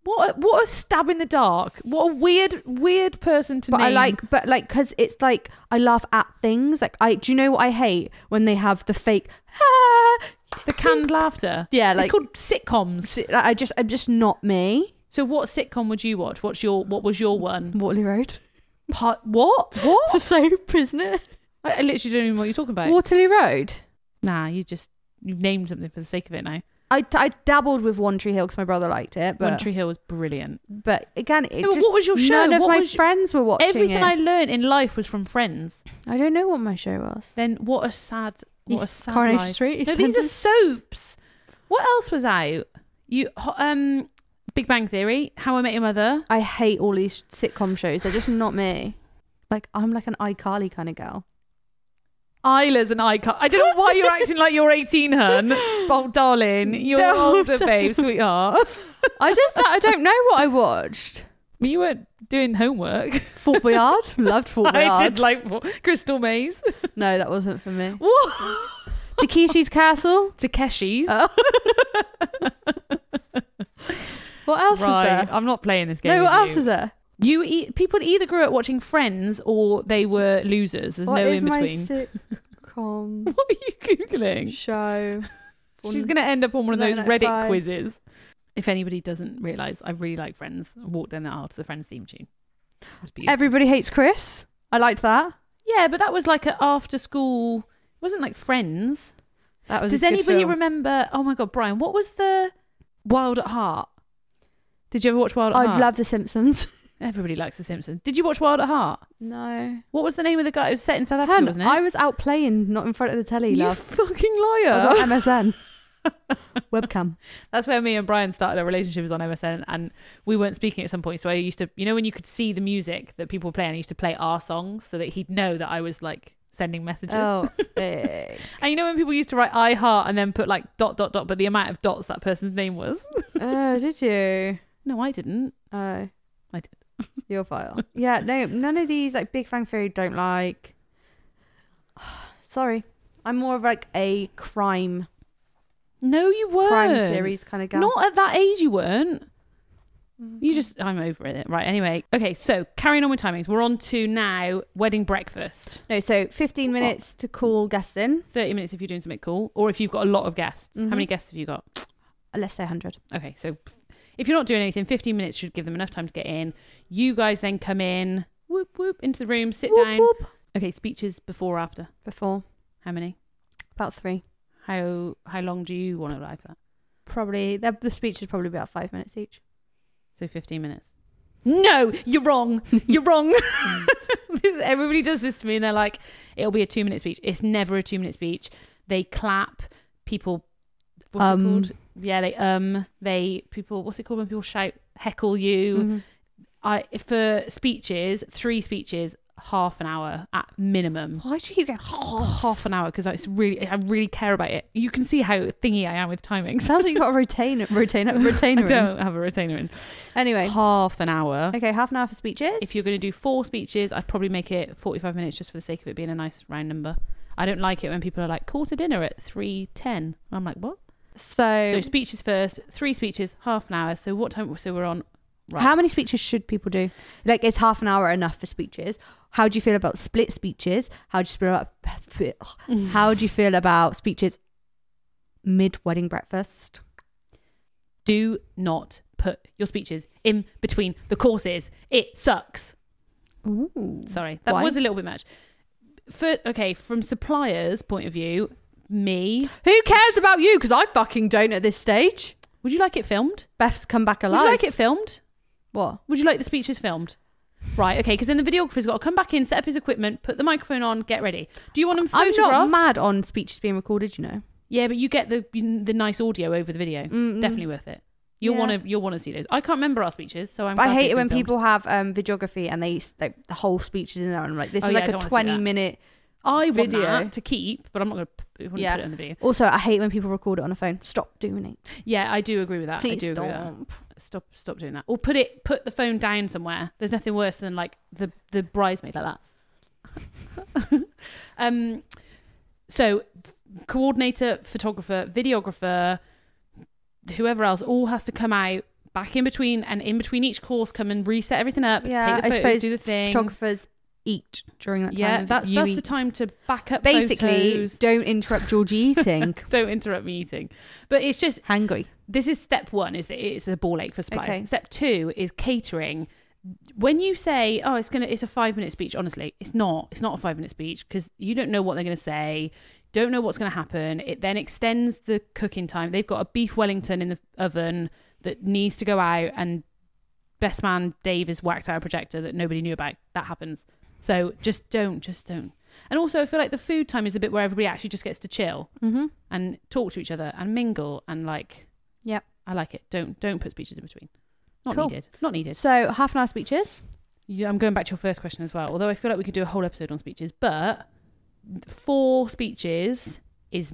[SPEAKER 1] What a, what a stab in the dark. What a weird weird person to
[SPEAKER 2] but I
[SPEAKER 1] name.
[SPEAKER 2] like, but like, cause it's like I laugh at things. Like I, do you know what I hate when they have the fake? "Ah!"
[SPEAKER 1] the canned laughter.
[SPEAKER 2] Yeah,
[SPEAKER 1] it's
[SPEAKER 2] like,
[SPEAKER 1] called sitcoms.
[SPEAKER 2] si- like I just, I'm just not me.
[SPEAKER 1] So what sitcom would you watch? What's your what was your one?
[SPEAKER 2] Waterloo Road.
[SPEAKER 1] Part what?
[SPEAKER 2] It's a
[SPEAKER 1] What?
[SPEAKER 2] soap, isn't it?
[SPEAKER 1] I, I literally don't even know what you're talking about.
[SPEAKER 2] Waterloo Road.
[SPEAKER 1] Nah, you just you've named something for the sake of it now.
[SPEAKER 2] I, I dabbled with One Tree Hill because my brother liked it, but
[SPEAKER 1] One Tree Hill was brilliant.
[SPEAKER 2] but again, it
[SPEAKER 1] No, but
[SPEAKER 2] just-
[SPEAKER 1] what was your show?
[SPEAKER 2] None of
[SPEAKER 1] What
[SPEAKER 2] my
[SPEAKER 1] was your-
[SPEAKER 2] friends were watching
[SPEAKER 1] Everything
[SPEAKER 2] it.
[SPEAKER 1] I learned in life was from Friends.
[SPEAKER 2] I don't know what my show was.
[SPEAKER 1] Then what a sad what a
[SPEAKER 2] East-
[SPEAKER 1] sad
[SPEAKER 2] Coronation
[SPEAKER 1] life.
[SPEAKER 2] Street.
[SPEAKER 1] No, these are
[SPEAKER 2] EastEnders.
[SPEAKER 1] soaps. What else was out? You ho- um Big Bang Theory, How I Met Your Mother.
[SPEAKER 2] I hate all these sitcom shows. They're just not me. Like I'm like an iCarly kind of girl.
[SPEAKER 1] Isla's an icon. I don't know why you're acting like you're 18, hun. Oh, darling, you're
[SPEAKER 2] Don't.
[SPEAKER 1] older, babe, sweetheart.
[SPEAKER 2] I just I don't know what I watched.
[SPEAKER 1] You weren't doing homework.
[SPEAKER 2] Fort Boyard loved
[SPEAKER 1] Oh,
[SPEAKER 2] Fort Boyard.
[SPEAKER 1] I did like Mo- Crystal Maze.
[SPEAKER 2] no, that wasn't for me.
[SPEAKER 1] What?
[SPEAKER 2] Takeshi's Castle.
[SPEAKER 1] Takeshi's.
[SPEAKER 2] Oh. What else
[SPEAKER 1] right,
[SPEAKER 2] is
[SPEAKER 1] I'm not playing this game.
[SPEAKER 2] there? No,
[SPEAKER 1] with
[SPEAKER 2] what else
[SPEAKER 1] you.
[SPEAKER 2] is there?
[SPEAKER 1] You e- people either grew up watching Friends or they were losers. There's
[SPEAKER 2] What
[SPEAKER 1] no
[SPEAKER 2] is
[SPEAKER 1] in between.
[SPEAKER 2] my sitcom
[SPEAKER 1] what are you googling?
[SPEAKER 2] show?
[SPEAKER 1] She's gonna end up on one of
[SPEAKER 2] No,
[SPEAKER 1] those
[SPEAKER 2] no,
[SPEAKER 1] Reddit
[SPEAKER 2] fine.
[SPEAKER 1] quizzes. If anybody doesn't realise, I really like Friends. I walked down the aisle to the Friends theme tune. It was beautiful.
[SPEAKER 2] Everybody hates Chris. I liked that.
[SPEAKER 1] yeah, but that was like an after school. It wasn't like Friends.
[SPEAKER 2] That was.
[SPEAKER 1] Does anybody remember? Oh my god, Brian, what was the Wild at Heart? Did you ever watch Wild at
[SPEAKER 2] I
[SPEAKER 1] Heart?
[SPEAKER 2] love The Simpsons.
[SPEAKER 1] Everybody likes The Simpsons. Did you watch Wild at Heart?
[SPEAKER 2] No,
[SPEAKER 1] What was the name of the guy? It was set in South Africa,
[SPEAKER 2] Hen,
[SPEAKER 1] wasn't it?
[SPEAKER 2] I was out playing, not in front of the telly.
[SPEAKER 1] you
[SPEAKER 2] love.
[SPEAKER 1] fucking
[SPEAKER 2] I was
[SPEAKER 1] liar.
[SPEAKER 2] on MSN webcam.
[SPEAKER 1] That's where me and Brian started our relationship was on MSN, and we weren't speaking at some point. So I used to, you know, when you could see the music that people were playing, I used to play our songs so that he'd know that I was like sending messages.
[SPEAKER 2] Oh, big.
[SPEAKER 1] And you know when people used to write I heart and then put like dot dot dot, but the amount of dots that person's name was.
[SPEAKER 2] oh, did you?
[SPEAKER 1] No, I didn't.
[SPEAKER 2] Oh,
[SPEAKER 1] I did.
[SPEAKER 2] Your file. Yeah, no, none of these like Big Bang Theory don't like. Sorry, I'm more of like a crime
[SPEAKER 1] No, you weren't.
[SPEAKER 2] crime series Mm-hmm. kind of guy.
[SPEAKER 1] Not at that age, you weren't. You just, I'm over it. Right. Anyway. Okay. So carrying on with timings, we're on to now wedding breakfast.
[SPEAKER 2] no. So 15
[SPEAKER 1] What?
[SPEAKER 2] minutes to call guests in.
[SPEAKER 1] 30 minutes if you're doing something cool, or if you've got a lot of guests.
[SPEAKER 2] Mhm.
[SPEAKER 1] How many guests have you got?
[SPEAKER 2] Uh, Let's say 100.
[SPEAKER 1] Okay, so if you're not doing anything, 15 minutes should give them enough time to get in. You guys then come in, whoop, whoop, into the room, sit
[SPEAKER 2] Whoop,
[SPEAKER 1] down.
[SPEAKER 2] whoop.
[SPEAKER 1] Okay, speeches before or after?
[SPEAKER 2] Before
[SPEAKER 1] How many?
[SPEAKER 2] about three,
[SPEAKER 1] How how long do you want to like that?
[SPEAKER 2] probably. Their, the speech is probably about five minutes each.
[SPEAKER 1] So 15 minutes. No, you're wrong. You're wrong. Everybody does this to me and they're like, it'll be a two minute speech. It's never a two minute speech. They clap. People, what's
[SPEAKER 2] Um.
[SPEAKER 1] it called? Yeah, they, um, they, people, what's it called when people shout, heckle you?
[SPEAKER 2] Mhm.
[SPEAKER 1] I for speeches, three speeches, half an hour at minimum.
[SPEAKER 2] Why do you get?
[SPEAKER 1] Half an hour because it's really, I really care about it. You can see how thingy I am with timings.
[SPEAKER 2] Sounds like you got a retainer, retainer, retainer.
[SPEAKER 1] I
[SPEAKER 2] in.
[SPEAKER 1] don't have a retainer in.
[SPEAKER 2] Anyway,
[SPEAKER 1] Half an hour.
[SPEAKER 2] okay, half an hour for speeches.
[SPEAKER 1] If you're going to do four speeches, I'd probably make it 45 minutes just for the sake of it being a nice round number. I don't like it when people are like, call to dinner at 3.10. I'm like, what? So
[SPEAKER 2] so,
[SPEAKER 1] speeches first, three speeches, half an hour. So what time, so we're on, right.
[SPEAKER 2] how many speeches should people do? Like, is half an hour enough for speeches? How do you feel about split speeches? How do you feel about how do you feel about speeches mid wedding breakfast?
[SPEAKER 1] do not put your speeches in between the courses. It sucks.
[SPEAKER 2] Ooh.
[SPEAKER 1] Sorry, that
[SPEAKER 2] Why?
[SPEAKER 1] was a little bit much. For, okay, from suppliers' point of view, me,
[SPEAKER 2] Who cares about you? Because I fucking don't at this stage.
[SPEAKER 1] would you like it filmed?
[SPEAKER 2] Beth's come back alive.
[SPEAKER 1] Would you like it filmed?
[SPEAKER 2] What?
[SPEAKER 1] Would you like the speeches filmed? Right, okay, because then the videographer's got to come back in, set up his equipment, put the microphone on, get ready. Do you want them
[SPEAKER 2] I'm
[SPEAKER 1] photographed?
[SPEAKER 2] not mad on speeches being recorded. You know.
[SPEAKER 1] Yeah, but you get the the nice audio over the video.
[SPEAKER 2] Mm, mm.
[SPEAKER 1] Definitely worth it. You'll
[SPEAKER 2] Yeah.
[SPEAKER 1] want to you'll want to see those. I can't remember our speeches, so I'm.
[SPEAKER 2] I
[SPEAKER 1] glad
[SPEAKER 2] hate
[SPEAKER 1] they've
[SPEAKER 2] it when
[SPEAKER 1] been filmed.
[SPEAKER 2] people have um, videography and they like the whole speech is in there and I'm like this
[SPEAKER 1] Oh,
[SPEAKER 2] is
[SPEAKER 1] yeah, I
[SPEAKER 2] like
[SPEAKER 1] don't
[SPEAKER 2] a
[SPEAKER 1] wanna see
[SPEAKER 2] 20
[SPEAKER 1] that.
[SPEAKER 2] minute.
[SPEAKER 1] I want
[SPEAKER 2] video.
[SPEAKER 1] that to keep, but I'm not going to
[SPEAKER 2] Yeah.
[SPEAKER 1] put it on the video.
[SPEAKER 2] Also, I hate when people record it on a phone. Stop doing it.
[SPEAKER 1] Yeah, I do agree with that. I
[SPEAKER 2] Please
[SPEAKER 1] do agree with that.
[SPEAKER 2] stop.
[SPEAKER 1] Stop, stop doing that. Or put it, put the phone down somewhere. There's nothing worse than like the the bridesmaid like that. um, so coordinator, photographer, videographer, whoever else, all has to come out back in between and in between each course, come and reset everything up.
[SPEAKER 2] Yeah,
[SPEAKER 1] take
[SPEAKER 2] I
[SPEAKER 1] the photos,
[SPEAKER 2] suppose
[SPEAKER 1] do the thing.
[SPEAKER 2] Photographers eat during that time.
[SPEAKER 1] yeah, that's
[SPEAKER 2] You
[SPEAKER 1] that's the
[SPEAKER 2] eat.
[SPEAKER 1] time to back up.
[SPEAKER 2] E. Basically,
[SPEAKER 1] photos.
[SPEAKER 2] don't interrupt Georgie eating.
[SPEAKER 1] don't interrupt me eating. But it's just
[SPEAKER 2] Hangry.
[SPEAKER 1] this is step one is that it's a ball ache for suppliers
[SPEAKER 2] Okay.
[SPEAKER 1] step two is catering when you say oh it's gonna it's a five minute speech honestly it's not it's not a five minute speech because you don't know what they're gonna say don't know what's gonna happen it then extends the cooking time they've got a beef wellington in the oven that needs to go out and best man dave is whacked out a projector that nobody knew about that happens so just don't just don't and also i feel like the food time is the bit where everybody actually just gets to chill
[SPEAKER 2] Mm-hmm.
[SPEAKER 1] and talk to each other and mingle and like
[SPEAKER 2] Yep.
[SPEAKER 1] I like it. Don't don't put speeches in between. Not
[SPEAKER 2] Cool.
[SPEAKER 1] needed. Not needed.
[SPEAKER 2] So half an hour speeches.
[SPEAKER 1] Yeah, I'm going back to your first question as well. Although I feel like we could do a whole episode on speeches, but four speeches is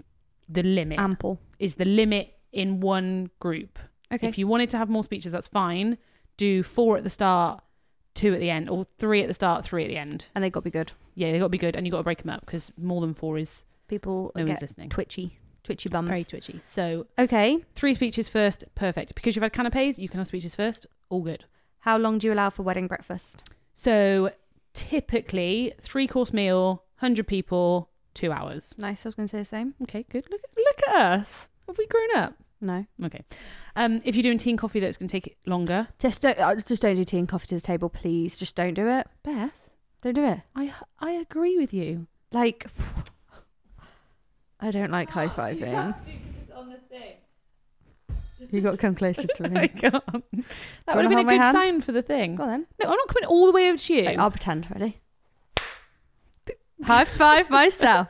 [SPEAKER 1] the limit.
[SPEAKER 2] Ample.
[SPEAKER 1] is the limit in one group.
[SPEAKER 2] Okay.
[SPEAKER 1] If you wanted to have more speeches, that's fine. Do four at the start, two at the end, or three at the start, three at the end.
[SPEAKER 2] and they got to be good.
[SPEAKER 1] Yeah, they got to be good, and you got to break them up because more than four is
[SPEAKER 2] People
[SPEAKER 1] no
[SPEAKER 2] get
[SPEAKER 1] one's listening.
[SPEAKER 2] twitchy, twitchy bums.
[SPEAKER 1] Very twitchy. So
[SPEAKER 2] okay.
[SPEAKER 1] three speeches first, perfect. Because you've had canapes, you can have speeches first. All good.
[SPEAKER 2] How long do you allow for wedding breakfast?
[SPEAKER 1] So typically three course meal, hundred people, two hours.
[SPEAKER 2] Nice. I was going to say the same.
[SPEAKER 1] Okay, good. Look, look at us. Have we grown up?
[SPEAKER 2] No.
[SPEAKER 1] Okay. Um, if you're doing tea and coffee, that's going to take longer.
[SPEAKER 2] Just don't. uh, Just don't do tea and coffee to the table, please. Just don't do it.
[SPEAKER 1] Beth.
[SPEAKER 2] Don't do it.
[SPEAKER 1] I I agree with you.
[SPEAKER 2] Like, I don't like high eh? fiving. You got to come closer to
[SPEAKER 1] I
[SPEAKER 2] me.
[SPEAKER 1] can't. That
[SPEAKER 2] wanna
[SPEAKER 1] would have been a
[SPEAKER 2] hold my
[SPEAKER 1] good
[SPEAKER 2] hand?
[SPEAKER 1] sound for the thing.
[SPEAKER 2] Go on then.
[SPEAKER 1] No, I'm not coming all the way over to you.
[SPEAKER 2] Like, I'll pretend. Ready? high five myself.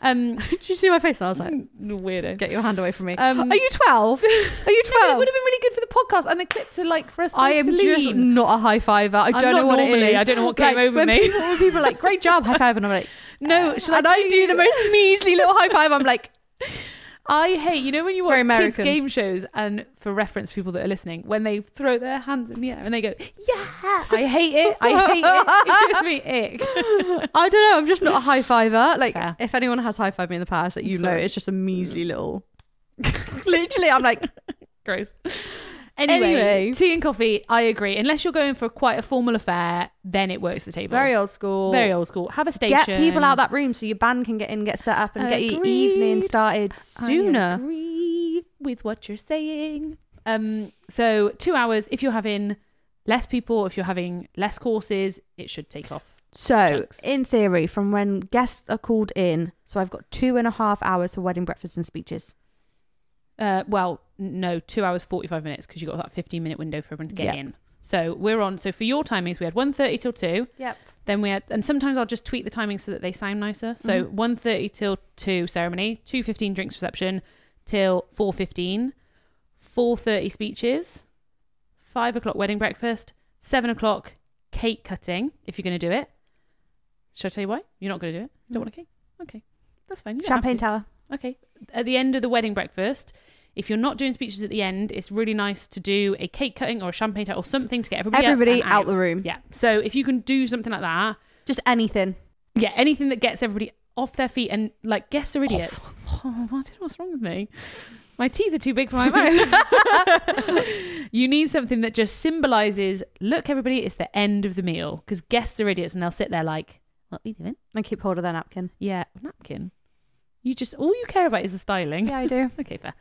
[SPEAKER 1] um,
[SPEAKER 2] Did you see my face? And I was like,
[SPEAKER 1] weirdo.
[SPEAKER 2] get your hand away from me.
[SPEAKER 1] Um,
[SPEAKER 2] Are you 12? Are you
[SPEAKER 1] No, it
[SPEAKER 2] 12?
[SPEAKER 1] would have been really good for the podcast and the clip to like for us.
[SPEAKER 2] I am just not a high fiver. I don't know what it is.
[SPEAKER 1] I don't know what came
[SPEAKER 2] Like,
[SPEAKER 1] over
[SPEAKER 2] when
[SPEAKER 1] me.
[SPEAKER 2] People, when people are like, great job, high five. And I'm like,
[SPEAKER 1] no, shall
[SPEAKER 2] and I do the most measly little high five. I'm like,
[SPEAKER 1] I hate you know when you
[SPEAKER 2] Very
[SPEAKER 1] watch kids
[SPEAKER 2] American.
[SPEAKER 1] game shows and for reference people that are listening when they throw their hands in the air and they go yeah I hate it I hate it it gives me ick.
[SPEAKER 2] I don't know. I'm just not a high fiver. Like,
[SPEAKER 1] Fair.
[SPEAKER 2] if anyone has high fived me in the past, that you know,
[SPEAKER 1] Sorry.
[SPEAKER 2] it's just a measly little. Literally, I'm like,
[SPEAKER 1] gross. Anyway,
[SPEAKER 2] Anyway.
[SPEAKER 1] tea and coffee, I agree. Unless you're going for quite a formal affair, then it works the table.
[SPEAKER 2] very old school.
[SPEAKER 1] very old school. Have a station.
[SPEAKER 2] Get people out that room so your band can get in, get set up, and get your evening
[SPEAKER 1] Agreed.
[SPEAKER 2] started
[SPEAKER 1] I
[SPEAKER 2] sooner.
[SPEAKER 1] agree with what you're saying. Um, so two hours. If you're having less people, if you're having less courses, it should take off.
[SPEAKER 2] So,
[SPEAKER 1] Jokes.
[SPEAKER 2] in theory, from when guests are called in, so I've got two and a half hours for wedding breakfast and speeches.
[SPEAKER 1] Uh, well, n- no, two hours forty five minutes because you got that fifteen minute window for everyone to get
[SPEAKER 2] Yep.
[SPEAKER 1] in. So we're on. So for your timings, we had one thirty till two.
[SPEAKER 2] Yep.
[SPEAKER 1] Then we had, and sometimes I'll just tweak the timing so that they sound nicer. So one thirty till two ceremony, two fifteen drinks reception till four fifteen, four thirty speeches, five o'clock wedding breakfast, seven o'clock cake cutting. If you're going to do it, should I tell you why? You're not going to do it. Don't want a cake. Okay, that's fine. You don't have
[SPEAKER 2] Champagne
[SPEAKER 1] to.
[SPEAKER 2] tower.
[SPEAKER 1] Okay. At the end of the wedding breakfast, if you're not doing speeches at the end, it's really nice to do a cake cutting or a champagne t- or something to get everybody, up
[SPEAKER 2] Everybody
[SPEAKER 1] and
[SPEAKER 2] out the room.
[SPEAKER 1] Yeah. So if you can do something like that,
[SPEAKER 2] Just anything.
[SPEAKER 1] yeah, anything that gets everybody off their feet and like guests are idiots. Oh, Martin, what's wrong with me? My teeth are too big for my mouth. you need something that just symbolizes, look, everybody, it's the end of the meal because guests are idiots and they'll sit there like, what are we doing?
[SPEAKER 2] I keep hold of their napkin.
[SPEAKER 1] Yeah, napkin. You just all you care about is the styling.
[SPEAKER 2] Yeah, I do.
[SPEAKER 1] Okay, fair.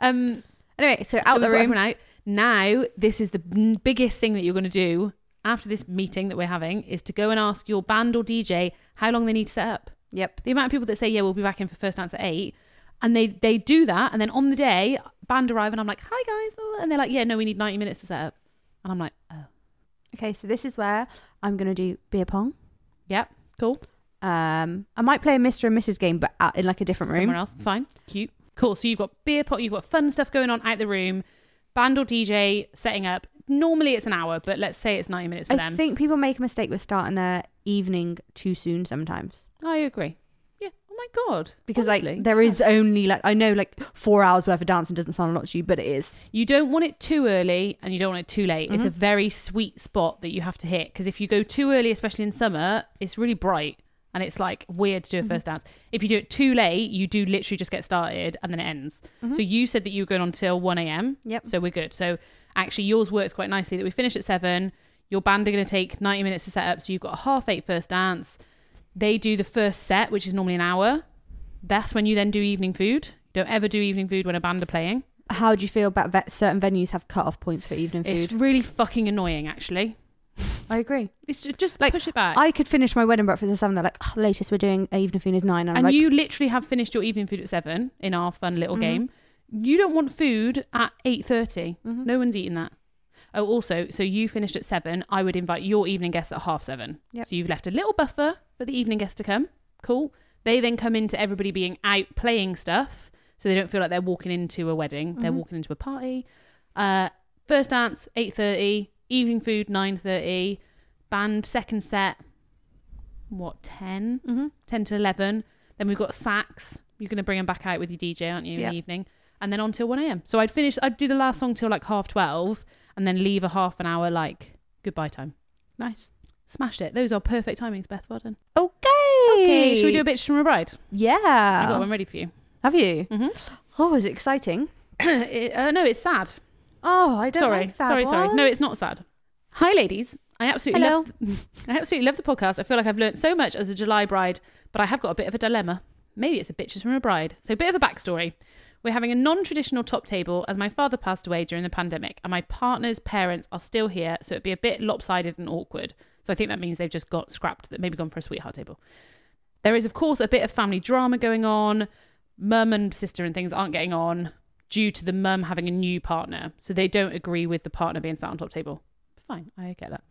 [SPEAKER 1] Um,
[SPEAKER 2] Anyway, so
[SPEAKER 1] so
[SPEAKER 2] out the
[SPEAKER 1] we've got
[SPEAKER 2] room.
[SPEAKER 1] everyone out. Now, this is the n- biggest thing that you're going to do after this meeting that we're having is to go and ask your band or DJ how long they need to set up.
[SPEAKER 2] Yep.
[SPEAKER 1] The amount of people that say, "Yeah, we'll be back in for first dance at 8 and they they do that, and then on the day, band arrive, and I'm like, "Hi guys," and they're like, "Yeah, no, we need 90 minutes to set up," and I'm like, "Oh,
[SPEAKER 2] Okay, so this is where I'm gonna do beer pong.
[SPEAKER 1] yeah, cool."
[SPEAKER 2] Um, I might play a Mr. and Mrs. game, but out in like a different room.
[SPEAKER 1] Somewhere else, fine, cute, cool. So you've got beer pot, you've got fun stuff going on out the room, band or DJ setting up. Normally it's an hour, but let's say it's 90 minutes for
[SPEAKER 2] I
[SPEAKER 1] them.
[SPEAKER 2] think people make a mistake with starting their evening too soon sometimes
[SPEAKER 1] I agree. Yeah. Oh my god.
[SPEAKER 2] because
[SPEAKER 1] Honestly.
[SPEAKER 2] like there is only like I know like four hours worth of dancing doesn't sound a lot to you, but it is.
[SPEAKER 1] you don't want it too early and you don't want it too late. It's a
[SPEAKER 2] Mm-hmm.
[SPEAKER 1] very sweet spot that you have to hit because if you go too early, especially in summer, it's really bright and it's like weird to do a
[SPEAKER 2] Mm-hmm.
[SPEAKER 1] first dance. If you do it too late, you do literally just get started and then it ends.
[SPEAKER 2] Mm-hmm.
[SPEAKER 1] So you said that you were going on till one a.m.
[SPEAKER 2] Yep.
[SPEAKER 1] So we're good. So actually, yours works quite nicely that we finish at seven. Your band are going to take ninety minutes to set up, so you've got a half eight first dance. They do the first set, which is normally an hour. That's when you then do evening food. Don't ever do evening food when a band are playing.
[SPEAKER 2] How do you feel about vet- certain venues have cut off points for evening
[SPEAKER 1] It's
[SPEAKER 2] food?
[SPEAKER 1] really fucking annoying, actually.
[SPEAKER 2] I agree.
[SPEAKER 1] It's ju- just
[SPEAKER 2] Like,
[SPEAKER 1] push it back.
[SPEAKER 2] I could finish my wedding breakfast at seven. They're like, "Ugh, latest we're doing evening food is nine. And, I'm
[SPEAKER 1] and
[SPEAKER 2] like, Mm-hmm.
[SPEAKER 1] you literally have finished your evening food at seven in our fun little game. You don't want food at eight
[SPEAKER 2] Mm-hmm.
[SPEAKER 1] No one's eating that. Oh, also, so you finished at seven. I would invite your evening guests at half seven.
[SPEAKER 2] Yep.
[SPEAKER 1] So you've left a little buffer for the evening guests to come. Cool. They then come into everybody being out playing stuff. so they don't feel like they're walking into a wedding. They're
[SPEAKER 2] Mhm.
[SPEAKER 1] walking into a party. Uh, first dance eight thirty, evening food nine thirty, band second set what 10?
[SPEAKER 2] Mm-hmm.
[SPEAKER 1] 10 to eleven. Then we've got sax. You're gonna bring them back out with your DJ, aren't you,
[SPEAKER 2] Yeah.
[SPEAKER 1] in the evening? And then on till one a.m. So I'd finish. I'd do the last song till like half twelve, and then leave a half an hour like goodbye time.
[SPEAKER 2] Nice.
[SPEAKER 1] Smashed it. Those are perfect timings, Beth. Well done.
[SPEAKER 2] Okay.
[SPEAKER 1] Okay, should we do a bitch from a bride? I got
[SPEAKER 2] Yeah.
[SPEAKER 1] one ready for you.
[SPEAKER 2] Have you?
[SPEAKER 1] Mhm.
[SPEAKER 2] Oh, is it exciting?
[SPEAKER 1] It- uh, no, it's sad.
[SPEAKER 2] Oh, I don't
[SPEAKER 1] sorry,
[SPEAKER 2] like sad
[SPEAKER 1] sorry, sorry. No,
[SPEAKER 2] ones.
[SPEAKER 1] it's not sad. Hi, ladies. I absolutely
[SPEAKER 2] Hello.
[SPEAKER 1] love. I absolutely love the podcast. I feel like I've learnt so much as a July bride, but I have got a bit of a dilemma. Maybe it's a bitches from a bride. So, a bit of a backstory. We're having a non-traditional top table as my father passed away during the pandemic, and my partner's parents are still here, so it'd be a bit lopsided and awkward. So I think that means they've just got scrapped, that maybe gone for a sweetheart table. There is, of course, a bit of family drama going on. Mum and sister and things aren't getting on due to the mum having a new partner. So they don't agree with the partner being sat on top table. Fine, I get that.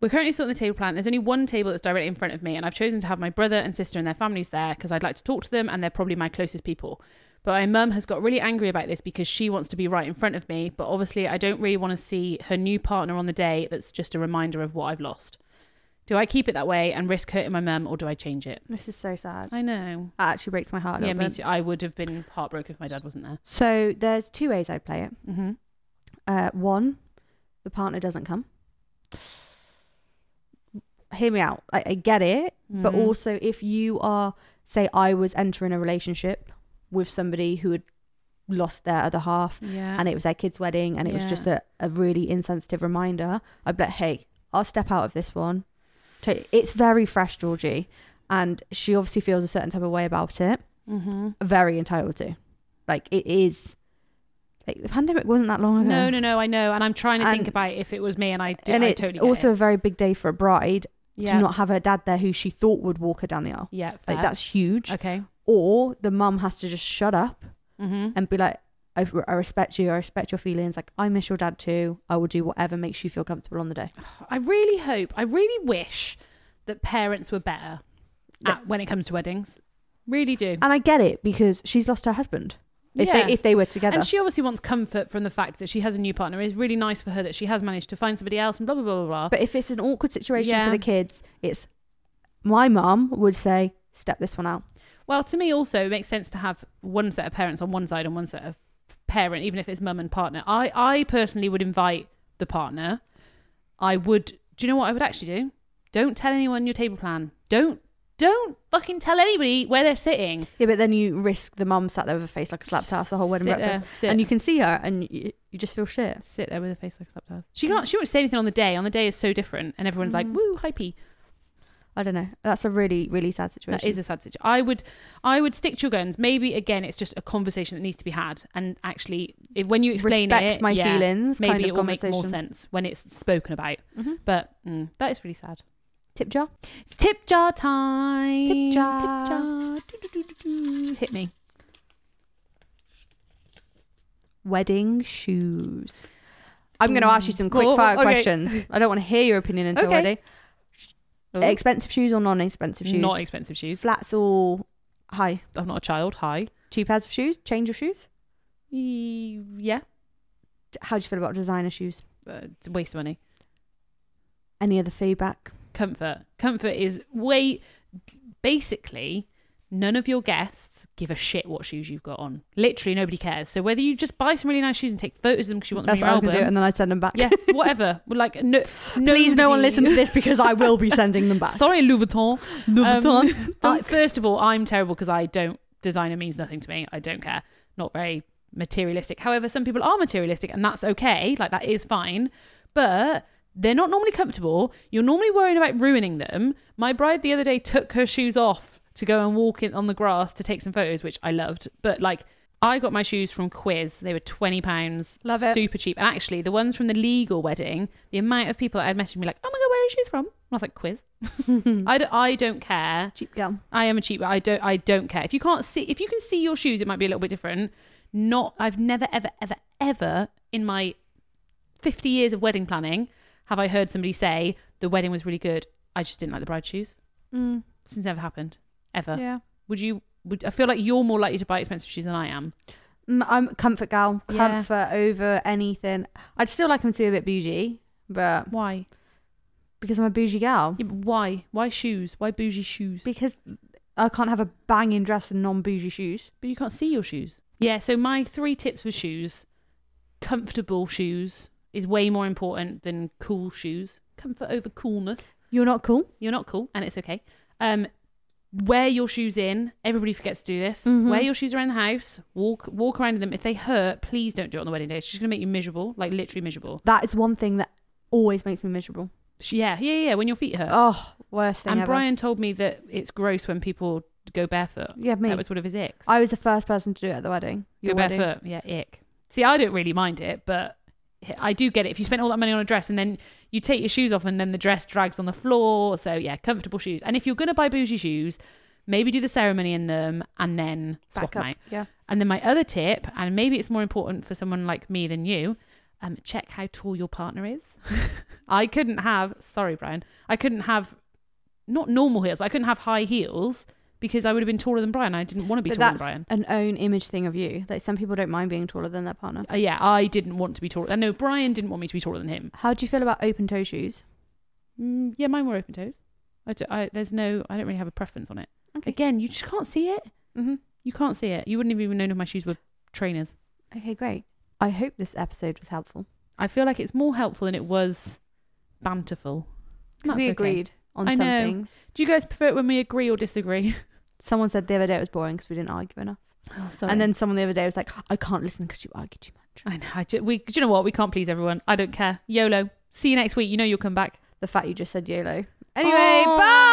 [SPEAKER 1] We're currently sorting the table plan. There's only one table that's directly in front of me, and I've chosen to have my brother and sister and their families there because I'd like to talk to them, and they're probably my closest people. But my mum has got really angry about this because she wants to be right in front of me, but obviously I don't really want to see her new partner on the day that's just a reminder of what I've lost. Do I keep it that way and risk hurting my mum, or do I change it?
[SPEAKER 2] This is so sad.
[SPEAKER 1] I know.
[SPEAKER 2] That actually breaks my heart a
[SPEAKER 1] Yeah,
[SPEAKER 2] little
[SPEAKER 1] me
[SPEAKER 2] bit.
[SPEAKER 1] too. I would have been heartbroken if my dad wasn't there.
[SPEAKER 2] So there's two ways I'd play it.
[SPEAKER 1] Mm-hmm.
[SPEAKER 2] Uh, one, the partner doesn't come. Hear me out. I, I get it.
[SPEAKER 1] Mm-hmm.
[SPEAKER 2] But also, if you are, say, I was entering a relationship with somebody who had lost their other half
[SPEAKER 1] yeah.
[SPEAKER 2] and it was their kid's wedding and it was
[SPEAKER 1] Yeah.
[SPEAKER 2] just a, a really insensitive reminder, I'd be like, hey, I'll step out of this one. Ta- It's very fresh, Georgie. And she obviously feels a certain type of way about it,
[SPEAKER 1] mm-hmm.
[SPEAKER 2] very entitled to. Like, it is. Like, the pandemic wasn't that long ago.
[SPEAKER 1] No, no, no. I know, and I'm trying to think
[SPEAKER 2] And-
[SPEAKER 1] about if it was me, and I do.
[SPEAKER 2] and
[SPEAKER 1] I
[SPEAKER 2] it's
[SPEAKER 1] totally get
[SPEAKER 2] also
[SPEAKER 1] it.
[SPEAKER 2] a very big day for a bride
[SPEAKER 1] yeah,
[SPEAKER 2] to not have her dad there who she thought would walk her down the aisle.
[SPEAKER 1] yeah,
[SPEAKER 2] Like,
[SPEAKER 1] fair.
[SPEAKER 2] that's huge.
[SPEAKER 1] okay.
[SPEAKER 2] or the mum has to just shut up
[SPEAKER 1] Mm-hmm.
[SPEAKER 2] and be like I, I respect you i respect your feelings like i miss your dad too i will do whatever makes you feel comfortable on the day
[SPEAKER 1] I really hope. I really wish that parents were better
[SPEAKER 2] Yeah.
[SPEAKER 1] at, when it comes to weddings. Really do.
[SPEAKER 2] and i get it because she's lost her husband if
[SPEAKER 1] Yeah.
[SPEAKER 2] they if they were together
[SPEAKER 1] And she obviously wants comfort from the fact that she has a new partner. It's really nice for her that she has managed to find somebody else and blah blah blah blah blah.
[SPEAKER 2] but if it's an awkward situation
[SPEAKER 1] Yeah.
[SPEAKER 2] for the kids it's my mum would say step this one out
[SPEAKER 1] Well, to me also it makes sense to have one set of parents on one side and one set of parent, even if it's mum and partner. I I personally would invite the partner. I would. Do you know what I would actually do? Don't tell anyone your table plan. Don't don't fucking tell anybody where they're sitting.
[SPEAKER 2] yeah but then you risk the mum sat there with a face like a slapped ass the whole wedding
[SPEAKER 1] Sit
[SPEAKER 2] breakfast
[SPEAKER 1] there, sit.
[SPEAKER 2] and you can see her and you, you just feel shit
[SPEAKER 1] sit there with a face like a slapped ass. She can't. She won't say anything on the day. On the day is so different, and everyone's like,
[SPEAKER 2] Mm.
[SPEAKER 1] "Woo, hypey."
[SPEAKER 2] i don't know that's a really really sad situation
[SPEAKER 1] That is a sad situation. I would, I would stick to your guns. Maybe again, it's just a conversation that needs to be had, and actually, if, when you explain
[SPEAKER 2] respect
[SPEAKER 1] it,
[SPEAKER 2] my
[SPEAKER 1] yeah,
[SPEAKER 2] feelings
[SPEAKER 1] maybe
[SPEAKER 2] kind of
[SPEAKER 1] it will make more
[SPEAKER 2] conversation.
[SPEAKER 1] sense when it's spoken about.
[SPEAKER 2] Mhm.
[SPEAKER 1] But mm, that is really sad.
[SPEAKER 2] tip jar
[SPEAKER 1] It's tip jar time.
[SPEAKER 2] Tip jar.
[SPEAKER 1] Tip jar. Do-do-do-do-do. Hit me.
[SPEAKER 2] wedding shoes. I'm going to ask you some quick
[SPEAKER 1] Oh,
[SPEAKER 2] fire
[SPEAKER 1] okay.
[SPEAKER 2] questions. I don't want to hear your opinion until
[SPEAKER 1] Okay.
[SPEAKER 2] we're ready.
[SPEAKER 1] Oh,
[SPEAKER 2] Expensive shoes or non-expensive shoes?
[SPEAKER 1] Not expensive shoes.
[SPEAKER 2] flats or high.
[SPEAKER 1] I'm not a child. Hi.
[SPEAKER 2] Two pairs of shoes. Change your shoes.
[SPEAKER 1] E- Yeah.
[SPEAKER 2] How do you feel about designer shoes?
[SPEAKER 1] Uh, it's a waste of money.
[SPEAKER 2] Any other feedback?
[SPEAKER 1] comfort. Comfort is way basically none of your guests give a shit what shoes you've got on. Literally nobody cares. So whether you just buy some really nice shoes and take photos of them because you want them
[SPEAKER 2] That's
[SPEAKER 1] in
[SPEAKER 2] what
[SPEAKER 1] your
[SPEAKER 2] I was
[SPEAKER 1] album,
[SPEAKER 2] going to do, and then I'd send them back.
[SPEAKER 1] yeah, whatever. We're like no,
[SPEAKER 2] Please, no one
[SPEAKER 1] nobody-
[SPEAKER 2] listen to this because I will be sending them back.
[SPEAKER 1] Sorry, Louis Vuitton.
[SPEAKER 2] Louis
[SPEAKER 1] Um,
[SPEAKER 2] Vuitton.
[SPEAKER 1] I- first of all, I'm terrible because I don't designer means nothing to me. I don't care. Not very materialistic. However, some people are materialistic, and that's okay. Like that is fine, but they're not normally comfortable. You're normally worrying about ruining them. My bride the other day took her shoes off to go and walk in on the grass to take some photos, which I loved. But like. I got my shoes from Quiz. They were twenty pounds,
[SPEAKER 2] Love it.
[SPEAKER 1] super cheap. And actually, the ones from the legal wedding, the amount of people that had messaged me like, "Oh my god, where are your shoes from?" And I was like, "Quiz." I, d- I don't care.
[SPEAKER 2] Cheap girl.
[SPEAKER 1] I am a cheap. I don't. I don't care. If you can't see, if you can see your shoes, it might be a little bit different. Not. I've never, ever, ever, ever in my fifty years of wedding planning have I heard somebody say the wedding was really good. I just didn't like the bride's shoes.
[SPEAKER 2] Mm,
[SPEAKER 1] It's never happened ever.
[SPEAKER 2] yeah.
[SPEAKER 1] Would you Would, I feel like you're more likely to buy expensive shoes than I am.
[SPEAKER 2] Mm, I'm a comfort gal,
[SPEAKER 1] Yeah.
[SPEAKER 2] comfort over anything. I'd still like them to be a bit bougie, but
[SPEAKER 1] Why?
[SPEAKER 2] because I'm a bougie gal,
[SPEAKER 1] Yeah, but why? Why shoes? Why bougie shoes?
[SPEAKER 2] because I can't have a banging dress and non bougie shoes.
[SPEAKER 1] But you can't see your shoes. Yeah, so my three tips for shoes comfortable shoes is way more important than cool shoes. Comfort over coolness.
[SPEAKER 2] You're not cool.
[SPEAKER 1] You're not cool, and it's okay. Um, wear your shoes in. Everybody forgets to do this.
[SPEAKER 2] Mhm.
[SPEAKER 1] Wear your shoes around the house. Walk walk around in them. If they hurt, please don't do it on the wedding day. It's just gonna make you miserable, like literally miserable.
[SPEAKER 2] That is one thing that always makes me miserable.
[SPEAKER 1] Sh- Yeah, yeah, yeah. When your feet hurt.
[SPEAKER 2] Oh, worst thing
[SPEAKER 1] and
[SPEAKER 2] ever.
[SPEAKER 1] Brian told me that it's gross when people go barefoot.
[SPEAKER 2] yeah, me.
[SPEAKER 1] That was one of his icks.
[SPEAKER 2] I was the first person to do it at the wedding.
[SPEAKER 1] Go
[SPEAKER 2] Your wedding.
[SPEAKER 1] barefoot. Yeah, ick. See, I don't really mind it, but I do get it. If you spend all that money on a dress and then you take your shoes off and then the dress drags on the floor. So, yeah, comfortable shoes. And if you're going to buy bougie shoes, maybe do the ceremony in them and then swap
[SPEAKER 2] Back
[SPEAKER 1] them
[SPEAKER 2] up.
[SPEAKER 1] out.
[SPEAKER 2] Yeah.
[SPEAKER 1] And then my other tip, and maybe it's more important for someone like me than you, um, check how tall your partner is. I couldn't have, sorry, Brian, I couldn't have not normal heels, but I couldn't have high heels because I would have been taller than Brian. I didn't want to be
[SPEAKER 2] But
[SPEAKER 1] taller than Brian.
[SPEAKER 2] that's an own image thing of you. Like some people don't mind being taller than their partner.
[SPEAKER 1] Uh, yeah, I didn't want to be taller. I know Brian didn't want me to be taller than him.
[SPEAKER 2] How do you feel about open toe shoes?
[SPEAKER 1] Mm, yeah, mine were open toes. I, do, I there's no, I don't really have a preference on it.
[SPEAKER 2] Okay.
[SPEAKER 1] Again, you just can't see it.
[SPEAKER 2] Mm-hmm.
[SPEAKER 1] You can't see it. You wouldn't have even known if my shoes were trainers.
[SPEAKER 2] Okay, great. I hope this episode was helpful.
[SPEAKER 1] I feel like it's more helpful than it was banterful.
[SPEAKER 2] 'Cause
[SPEAKER 1] That's
[SPEAKER 2] we
[SPEAKER 1] okay.
[SPEAKER 2] agreed on
[SPEAKER 1] I
[SPEAKER 2] some
[SPEAKER 1] know.
[SPEAKER 2] things.
[SPEAKER 1] Do you guys prefer it when we agree or disagree?
[SPEAKER 2] Someone said the other day it was boring because we didn't argue enough.
[SPEAKER 1] Oh, sorry.
[SPEAKER 2] And then someone the other day was like, I can't listen because you argue too much.
[SPEAKER 1] I know. I ju- we, do you know what? We can't please everyone. I don't care. YOLO. See you next week. You know you'll come back.
[SPEAKER 2] The fact you just said YOLO. Anyway,
[SPEAKER 1] Aw.
[SPEAKER 2] bye!